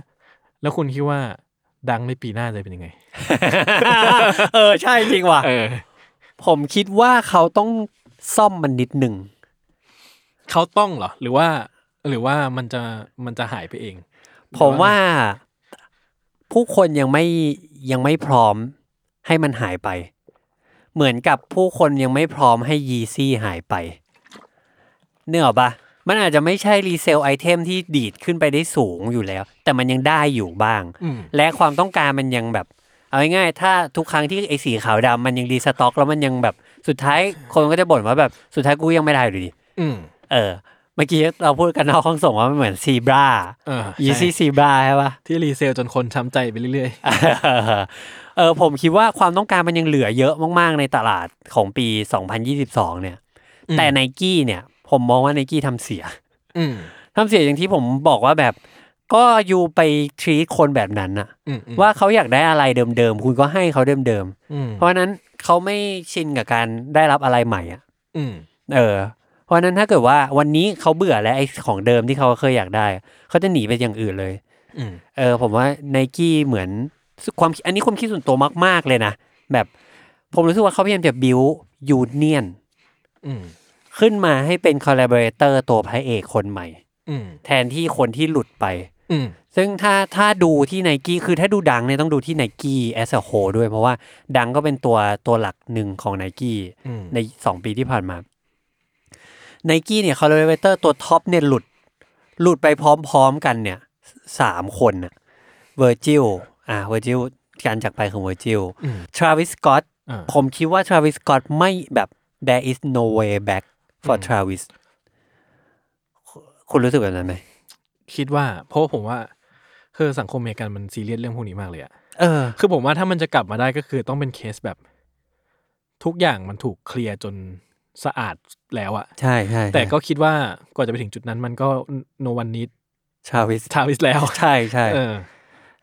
แล้วคุณคิดว่าดังในปีหน้าจะเป็ [laughs] นยังไง เออ ใช่จริงว่ะ เออ ผมคิดว่าเขาต้องซ่อมมันนิดหนึ่ง เขาต้องเหรอ หรือว่าเอ หรือว่ามันจะมันจะหายไปเอง ผมว่าผู้คนยังไม่ยังไม่พร้อมให้มันหายไป เหมือนกับผู้คนยังไม่พร้อมให้ยีซี่หายไปเนื้ออกปะมันอาจจะไม่ใช่รีเซลไอเทมที่ดีดขึ้นไปได้สูงอยู่แล้ว แต่มันยังได้อยู่บ้าง อืม และความต้องการมันยังแบบ เอาง่ายๆถ้าทุกครั้งที่ไอสีขาวดำมันยังรีสต็อก แล้วมันยังแบบสุดท้ายคนก็จะบ่นว่าแบบสุดท้ายกูยังไม่ได้อยู่ดี อืม เออ เมื่อกี้เราพูดกันนอกห้องส่งว่ามันเหมือนซีบรา เออ ยีซี่ ใช่ ซีบราใช่ [laughs] ปะ ที่รีเซลจนคนช้ำใจไปเรื่อย เออผมคิดว่าความต้องการมันยังเหลือเยอะมาก ๆ ในตลาดของปี 2022 เนี่ย อืม แต่ไนกี้เนี่ย ผมมองว่าไนกี้ทำเสีย [laughs] ๆ อืม ทำเสียอย่างที่ผมบอกว่าแบบ ก็อยู่ไปทรีตคนแบบนั้นอะ อืมอืม ว่าเขาอยากได้อะไรเดิม ๆ คุณก็ให้เขาเดิม อืม ๆ เพราะฉะนั้นเขาไม่ชินกับการได้รับอะไรใหม่อะ อืม เออ เพราะฉะนั้นถ้าเกิดว่าวันนี้เขาเบื่อแล้วไอ้ของเดิมที่เขาเคยอยากได้ เขาจะหนีไปอย่างอื่นเลย อืม เออ ผมว่าไนกี้เหมือนความอันนี้ความคิดส่วนตัวมาก ๆ เลยนะ แบบผมรู้สึกว่าเขาพยายามจะบิวยูเนียน อืม ขึ้นมาให้เป็นคอลลาบอร์เตอร์ตัวพระเอกคนใหม่ อืม แทนที่คนที่หลุดไป อืม ซึ่งถ้าถ้าดูที่ไนกี้คือถ้าดูดังเนี่ยต้องดูที่ไนกี้แอสโ e ด้วย เพราะว่าดังก็เป็นตัวตัวหลักหนึ่งของไนกี้ อืม ในสองปีที่ผ่านมาไนกี้เนี่ยคอลเลเวเตอร์ตัวท็อปเนี่ยหลุด หลุดไปพร้อมๆกันเนี่ยสามคนน่ะเวอร์จิลอ่าเวอร์จิลการจากไปของเวอร์จิล อืม ทราวิสสกอต อ่า ผมคิดว่าทราวิสสกอตไม่แบบ there is no way back for Travis คุณคุณรู้สึกแบบนั้นไหม คิดว่า เพราะผมว่าคือสังคมอเมริกันมันซีเรียสเรื่องพวกนี้มากเลยอะ เออ คือผมว่าถ้ามันจะกลับมาได้ก็คือต้องเป็นเคสแบบ ทุกอย่างมันถูกเคลียร์จนสะอาดแล้วอะ ใช่ใช่ แต่ก็คิดว่ากว่าจะไปถึงจุดนั้นมันก็โนวันนิด ทราวิส [laughs] ทาวิสแล้ว ใช่ใช่ เออ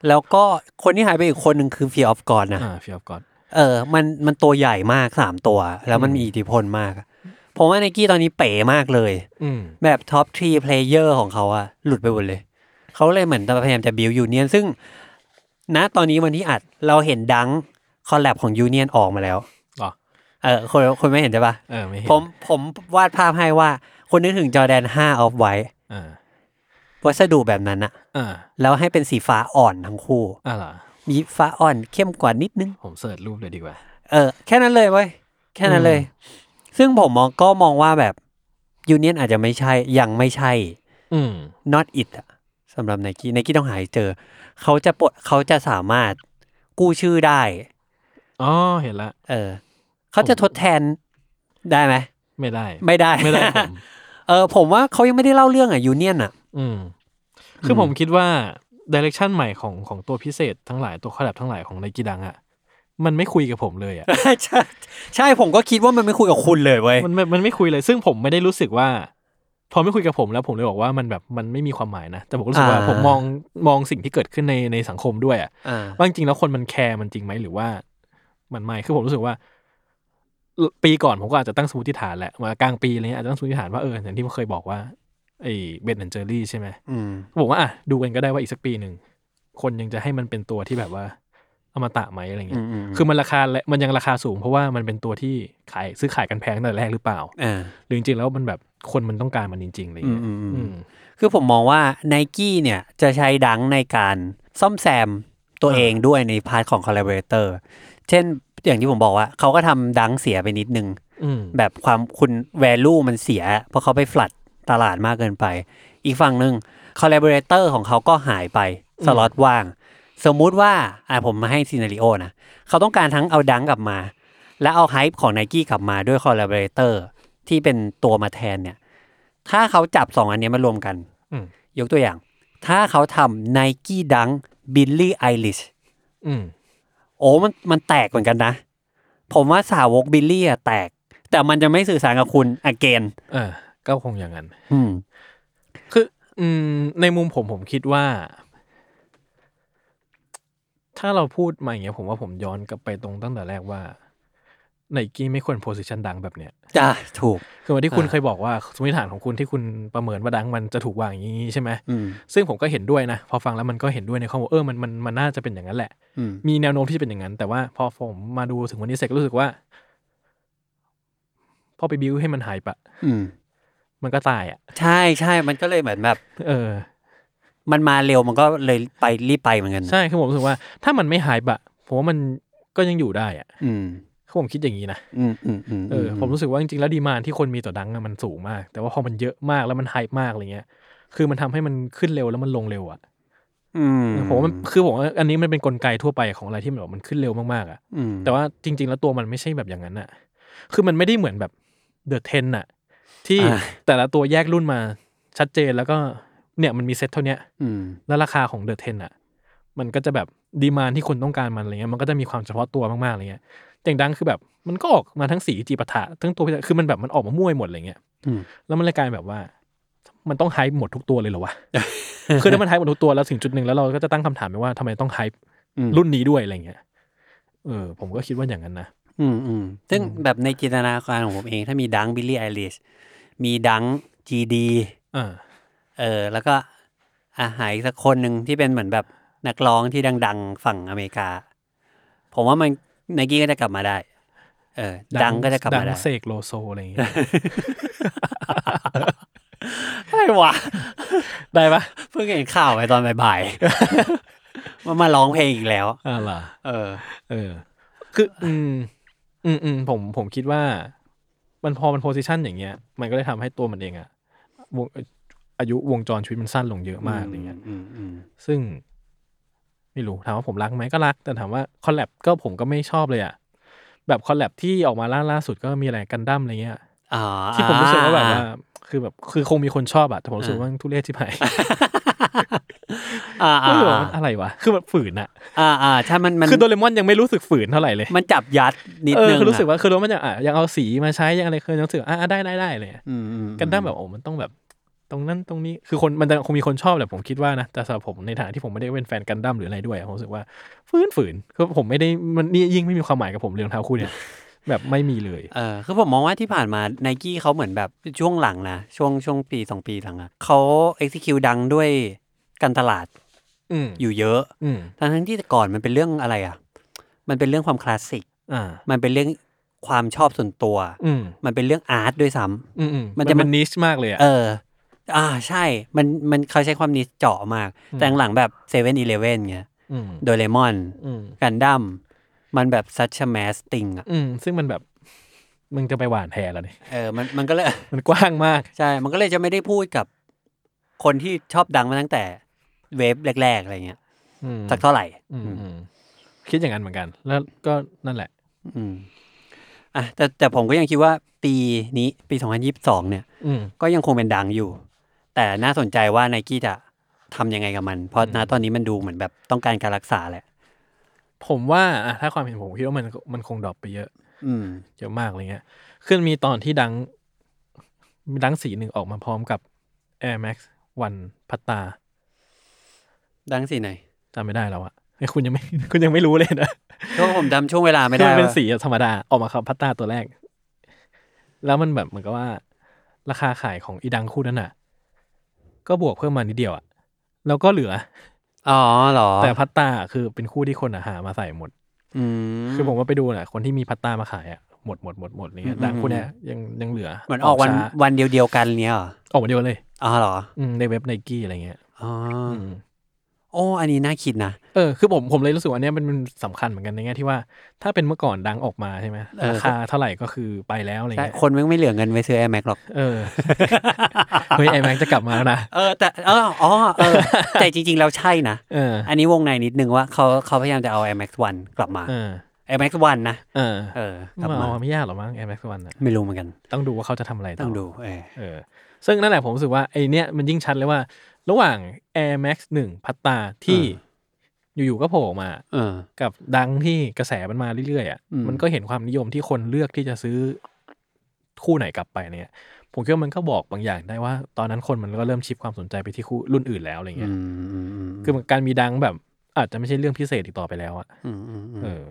แล้วก็คนที่หายไปอีกคนหนึ่งคือฟีออฟกอนนะ อ่าฟิลก่อน เออ มัน มันตัวใหญ่มากสามตัว แล้วมันมีอิทธิพลมาก ผมว่าไนกี้ตอนนี้เป๋มากเลย อืม แบบท็อปทรีเพลเยอร์ของเขาอะหลุดไปหมดเลย เขาเลยเหมือนพยายามจะบิวยูเนียน ซึ่ง ณ ตอนนี้วันที่อัดเราเห็นดังคอลแลบของยูเนียนออกมาแล้ว หรอ เออคนคนไม่เห็นใช่ปะ เออไม่เห็น ผมผมวาดภาพให้ว่า คนนึกถึงจอแดน5ออฟไว้ อ่า วัสดุแบบนั้นอะ อ่า แล้วให้เป็นสีฟ้าอ่อนทั้งคู่ อ่าเหรอ มีฟ้าอ่อนเข้มกว่านิดนึง ผมเสิร์ชรูปเลยดีกว่า เออแค่นั้นเลยเว้ยแค่นั้นเลย ซึ่งผมมองก็มองว่าแบบยูเนียนอาจจะไม่ใช่ยังไม่ใช่ อืม not it อะสำหรับไนกี้ไนกี้ต้องหายเจอ เขาจะปลดเขาจะสามารถกู้ชื่อได้ อ๋อเห็นละ เออ เขาจะทดแทนได้ไหม ไม่ได้ ไม่ได้ ไม่ได้ผม เออผมว่าเขายังไม่ได้เล่าเรื่องอะยูเนียนอะ อืม [laughs] คือผมคิดว่าดิเรกชันใหม่ของของตัวพิเศษทั้งหลายตัวคอลแลบทั้งหลายของไนกีดังอะมันไม่คุยกับผมเลยอะ [laughs] ใช่ใช่ผมก็คิดว่ามันไม่คุยกับคุณเลยเว้ย มันไม่มันไม่คุยเลย ซึ่งผมไม่ได้รู้สึกว่า พอไม่คุยกับผมแล้วผมเลยบอกว่ามันแบบมันไม่มีความหมายนะ แต่ผมรู้สึกว่าผมมองมองสิ่งที่เกิดขึ้นในในสังคมด้วยอะ อ่า ว่าจริงๆแล้วคนมันแคร์มันจริงไหมหรือว่า มันไม่ คือผมรู้สึกว่า ปีก่อนผมก็อาจจะตั้งสมมติฐานแหละมากลางปีอะไรเงี้ยอาจจะตั้งสมมติฐานว่าเอออย่างที่ผมเคยบอกว่าไอ้เบนแอนเจอรี่ใช่ไหม อืม ผมว่าอ่ะดูกันก็ได้ว่าอีกสักปีหนึ่งคนยังจะให้มันเป็นตัวที่แบบว่าอมตะไหมอะไรเงี้ย อืมอืม คือมันราคาและมันยังราคาสูง เพราะว่ามันเป็นตัวที่ขายซื้อขายกันแพงตั้งแต่แรกหรือเปล่า อ่า หรือจริงๆแล้วมันแบบคนมันต้องการมันจริงๆอะไรอย่างเงี้ย อืมอืมอืม อืม คือผมมองว่าไนกี้เนี่ยจะใช้ดังในการซ่อมแซมตัว อ่า เองด้วยในพาร์ทของคอล l a เบ r a เตอร์เช่นอย่างที่ผมบอกว่าเขาก็ทำดังเสียไปนิดนึง อืม แบบความคุณ value มันเสีย เพราะเขาไปฟลัดตลาดมากเกินไป อีกฝั่งหนึ่งคอล l a เบ r a เตอร์ของเขาก็หายไป สล็อตว่าง สมมุติว่าอ่ะผมมาให้ซีนารีโอนะเขาต้องการทั้งเอาดังกลับมา และเอาไฮป์ของไนกี้กลับมาด้วยคอล l a เบ r a เตอร์ที่เป็นตัวมาแทนเนี่ย ถ้าเขาจับสองอันเนี้ยมารวมกัน อืม ยกตัวอย่าง ถ้าเขาทำไนกี้ดังบิลลี่ไอริช อืม โอ้มันมันแตกเหมือนกันนะ ผมว่าสาวกบิลลี่อะแตก แต่มันจะไม่สื่อสารกับคุณอเกน เออก็คงอย่างนั้น อืม คือ อืม ในมุมผมผมคิดว่า ถ้าเราพูดมาอย่างเงี้ยผมว่าผมย้อนกลับไปตรงตั้งแต่แรกว่าไนกี้ไม่ควรโพสิชันดังแบบเนี้ย จ้าถูก คือวันที่คุณ อ่า เคยบอกว่า สมมติฐานของคุณที่คุณประเมินว่าดังมันจะถูกวางอย่างนี้ใช่ไหม อืม ซึ่งผมก็เห็นด้วยนะ พอฟังแล้วมันก็เห็นด้วยในข้อมูลเออมันมันมันน่าจะเป็นอย่างนั้นแหละ อืม มีแนวโน้มที่จะเป็นอย่างนั้น แต่ว่าพอผมมาดูถึงวันนี้เสร็จก็รู้สึกว่า พอไปบิวให้มันหายไปะ อืม มันก็ตายอ่ะ ใช่ใช่มันก็เลยเหมือนแบบ เออ มันมาเร็วมันก็เลยไปรีบไปเหมือนกัน ใช่คือผมรู้สึกว่า ถ้ามันไม่หายบะผมว่ามันก็ยังอยู่ได้อ่ะ อืม คือผมคิดอย่างนี้นะ อืมอืมอืม เอออผมรู้สึกว่าจริงๆแล้วดีมานที่คนมีต่อดังอะมันสูงมาก แต่ว่าพอมันเยอะมากแล้วมันไฮมากอะไรเงี้ย คือมันทำให้มันขึ้นเร็วแล้วมันลงเร็วอ่ะ อืม ผมว่ามันคือผมว่าอันนี้มันเป็นกลไกทั่วไปของอะไรที่มันแบบมันขึ้นเร็วมากๆอ่ะ อืม แต่ว่าจริง ๆ แล้วตัวมันไม่ใช่แบบอย่างนั้นน่ะ คือมันไม่ได้เหมือนแบบเดอะเทนน่ะ ที่แต่ละตัวแยกรุ่นมาชัดเจนแล้วก็เนี่ยมันมีเซ็ตเท่าเนี้ย อืม แล้วราคาของเดอะเทนน่ะ มันก็จะแบบดีมานที่คนต้องการมันอะไรเงี้ย มันก็จะมีความเฉพาะตัวมากๆอะไรเงี้ยแต่อย่างดังคือแบบมันก็ออกมาทั้งสีจีปะทะทั้งตัวพิจารคือมันแบบมันออกมามั่วไปหมดอะไรเงี้ย อืม แล้วมันเลยกลายแบบว่า มันต้องไฮป์หมดทุกตัวเลยเหรอ [laughs] วะ คือถ้ามันไฮป์หมดทุกตัวแล้วถึงจุดหนึ่งแล้วเราก็จะตั้งคำถามไปว่าทำไมต้องไฮป์ อืม รุ่นนี้ด้วยอะไรเงี้ย เออ ผมก็คิดว่าอย่างนั้นนะ อืมอืมซึ่งแบบในจินตนาการของผมเอง ถ้ามีดังบิลลี่ไอริชมีดังจีดี อ่า เออ แล้วก็อาหายสักคนหนึ่งที่เป็นเหมือนแบบนักร้องที่ดัง ๆ ฝั่งอเมริกา ผมว่ามันไนกี้ก็จะกลับมาได้ เออ ดังก็จะกลับมา ดั ได้ งเสกโลโซอะ [laughs] ไรอย่างเงี้ย อะไรวะ ได้ปะ เพิ่งเห็นข่าวไปตอนบ่ายๆ [laughs] มันมาร้องเพลงอีกแล้ว อ่าล่ะ เออ เออ คืออืม อืมอืมผมผมคิดว่า มันพอมันโพสิชันอย่างเงี้ย มันก็เลยทำให้ตัวมันเองอะวงอายุวงจรชีวิตมันสั้นลงเยอะมากอะไรเงี้ย อืมอืม ซึ่ง ไม่รู้ถามว่าผมรักไหมก็รัก แต่ถามว่าคอลแลบก็ผมก็ไม่ชอบเลยอะแบบคอลแลบที่ออกมาล่าล่าสุดก็มีอะไรกันดั้มอะไรเงี้ย อ่า ที่ผมรู้สึกว่าแบบว่า คือแบบ คือคงมีคนชอบอะแต่ผมรู้สึกว่ามันทุเรศที่ไหน อ่า ก็ [laughs] อ่า แบบว่าอะไรวะ คือแบบฝืนอะ อ่าอ่าถ้ามันมัน คือโดเรมอนยังไม่รู้สึกฝืนเท่าไหร่เลย มันจับยัดนิด เออ นึง คือรู้สึก อะ ว่าคือโดเรมอนยังอ่ะยังเอาสีมาใช้ยังอะไรเคยรู้สึกอ่ะอ่ะได้ได้ได้เลยอะ อืมอืม กันดั้มแบบโอ้มันต้องแบบ ตรงนั้นตรงนี้คือคนมันจะคงมีคนชอบแหละผมคิดว่านะแต่สำหรับผมในฐานะที่ผมไม่ได้เป็นแฟนกันดั้มหรืออะไรด้วยอะผมรู้สึกว่าฝืนฝืนคือผมไม่ได้มันนี่ยิ่งไม่มีความหมายกับผมเรื่องเท้าคู่เนี่ย [laughs] แบบไม่มีเลย เออคือผมมองว่าที่ผ่านมาไนกี้เขาเหมือนแบบช่วงหลังนะช่วงช่วงปีสองปีหลังอะเขา execute ดังด้วยการตลาด อืม อยู่เยอะ อืม ทั้งทั้งๆที่แต่ก่อนมันเป็นเรื่องอะไรอะมันเป็นเรื่องความคลาสสิก อ่า มันเป็นเรื่องความชอบส่วนตัว อืม มันเป็นเรื่องอาร์ตด้วยซ้ำ อืมอืม มั มัน น จะ จะ มั มัน นนิชมากเลยอะ เออ อ่าใช่มันมันเขาใช้ความนิสเจาะมาก อืม แต่หลังๆแบบเซเว่นอีเลเว่นเงี้ย อืม โดเรมอน อืม กันดั้มมันแบบซัชแมสติงอะ อืมซึ่งมันแบบมึงจะไปหวานแทนแล้วเนี่ย เออมันมันก็เลย [laughs] มันกว้างมาก ใช่ มันก็เลยจะไม่ได้พูดกับคนที่ชอบดังมาตั้งแต่เวฟแรก ๆ อะไรเงี้ย อืม สักเท่าไหร่ อืมอืมคิดอย่างนั้นเหมือนกัน แล้วก็นั่นแหละ อืมอ่ะแต่แต่ผมก็ยังคิดว่าปีนี้ปี 2022 เนี่ย อืม ก็ยังคงเป็นดังอยู่ แต่น่าสนใจว่าไนกี้จะทำยังไงกับมัน เพราะณตอนนี้มันดูเหมือนแบบต้องการการรักษาแหละ ผมว่าอ่ะถ้าความเห็นผมคิดว่ามันมันคงดรอปไปเยอะ อืม เยอะมากอะไรเงี้ยขึ้นมีตอนที่ดังดังสีหนึ่งออกมาพร้อมกับ Air Max วันพัตตา ดังสิหน่อย จำไม่ได้แล้วอะเฮ้ยคุณยังไม่ [laughs] คุณยังไม่รู้เลยนะ เพราะว่าผมจำช่วงเวลาไม่ คือ ได้ มันเป็น ว่า สีธรรมดาออกมาครับพัตตาตัวแรก แล้วมันแบบเหมือนกับว่า ราคาขายของอีดังคู่นั้นอ่ะ ก็บวกเพิ่มมานิดเดียวอะแล้วก็เหลือ อ๋อเหรอ แต่พัตตาคือเป็นคู่ที่คนอะหามาใส่หมด อืม คือผมว่าไปดูน่ะคนที่มีพัตตามาขายอ่ะหมดหมดหมดหมดอะไรเงี้ อื ย ม ดัง อืม พวกเนี้ยยังยังเหลือ เหมือนออกวัน ช้า วันเดียวๆกันเนี้ยเหรอ ออกวันเดียวเลย อ๋อเหรอ อืมในเว็บไนกี้อะไรเงี้ย อ๋ออ ม โอ้อันนี้น่าคิดนะ เออคือผมผมเลยรู้สึกว่าอันเนี้ยมันมันสำคัญเหมือนกันในแง่ที่ว่า ถ้าเป็นเมื่อก่อนดังออกมาใช่ไหม เออ ราคาเท่าไหร่ก็คือไปแล้วอะไร ใช่ เงี้ย คนแม่งไม่เหลือเงินไปซื้อ Air Max หรอก เออ [laughs] เฮ้ยไอแม็กจะกลับมาแล้วนะ เออ แต่เอออ๋อเออ แต่จริง ๆ แล้วใช่นะ เออ อันนี้วงในนิดนึงว่าเขาเขาพยายามจะเอา Air Max 1กลับมา เออ Air Max 1นะ เออ เออ กลับ มา มา เอาไม่ยากหรอมั้งไอแม็กวันอ่ะ ไม่รู้เหมือนกัน ต้องดูว่าเขาจะทำอะไรต่อ ต้องดู เออ เออซึ่งนั่นแหละผมรู้สึกว่าไอเนี้ยมันยิ่งชัดเลยว่า ระหว่าง Air Max 1 พัตตาที่อยู่ๆก็โผล่ออกมา เออ กับดังที่กระแสมันมาเรื่อยๆอ่ะ อืม มันก็เห็นความนิยมที่คนเลือกที่จะซื้อคู่ไหนกลับไปเนี่ย ผมคิดว่ามันก็บอกบางอย่างได้ว่า ตอนนั้นคนมันก็เริ่มชิฟความสนใจไปที่คู่รุ่นอื่นแล้วอะไร อื เงี้มยอืมอืม คือการมีดังแบบ อาจจะไม่ใช่เรื่องพิเศษอีกต่อไปแล้วอ่ะ อืมอืมอืม เออ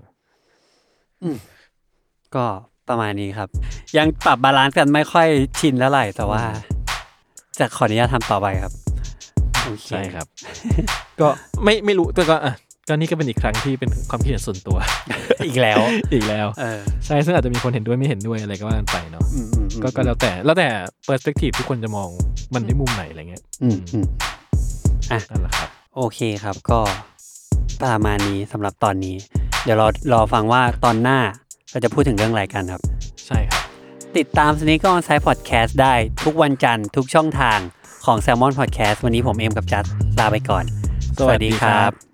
ก็ประมาณนี้ครับ ยังปรับบาลานซ์กันไม่ค่อยชินเท่าไหร่ แต่ว่า จะขออนุญาตทำต่อไปครับโอเ ใช่ครับ ก็ไม่ไม่รู้แต่ก็อ่ะ ก็นี่ก็เป็นอีกครั้งที่เป็นความคิดเห็นส่วนตัว อีกแล้ว อีกแล้ว เออ ใช่ซึ่งอาจจะมีคนเห็นด้วยไม่เห็นด้วยอะไรก็ว่ากันไปเนาะ อืมอืม ก็ก็แล้วแต่แล้วแต่เปอร์สเปกทีฟที่คนจะมองมันในมุมไหนอะไรเงี้ย อืมอืม อ่ะ นั่นแหละครับ โอเคครับก็ประมาณนี้สำหรับตอนนี้ เดี๋ยวรอรอฟังว่าตอนหน้าเราจะพูดถึงเรื่องอะไรกันครับ ใช่ครับ ติดตามสนิกออนไซด์พอดแคสต์ได้ทุกวันจันทร์ทุกช่องทางของ s ซ l m o n Podcast วันนี้ผมเอมกับจัดลาไปก่อน สวัสดีครับ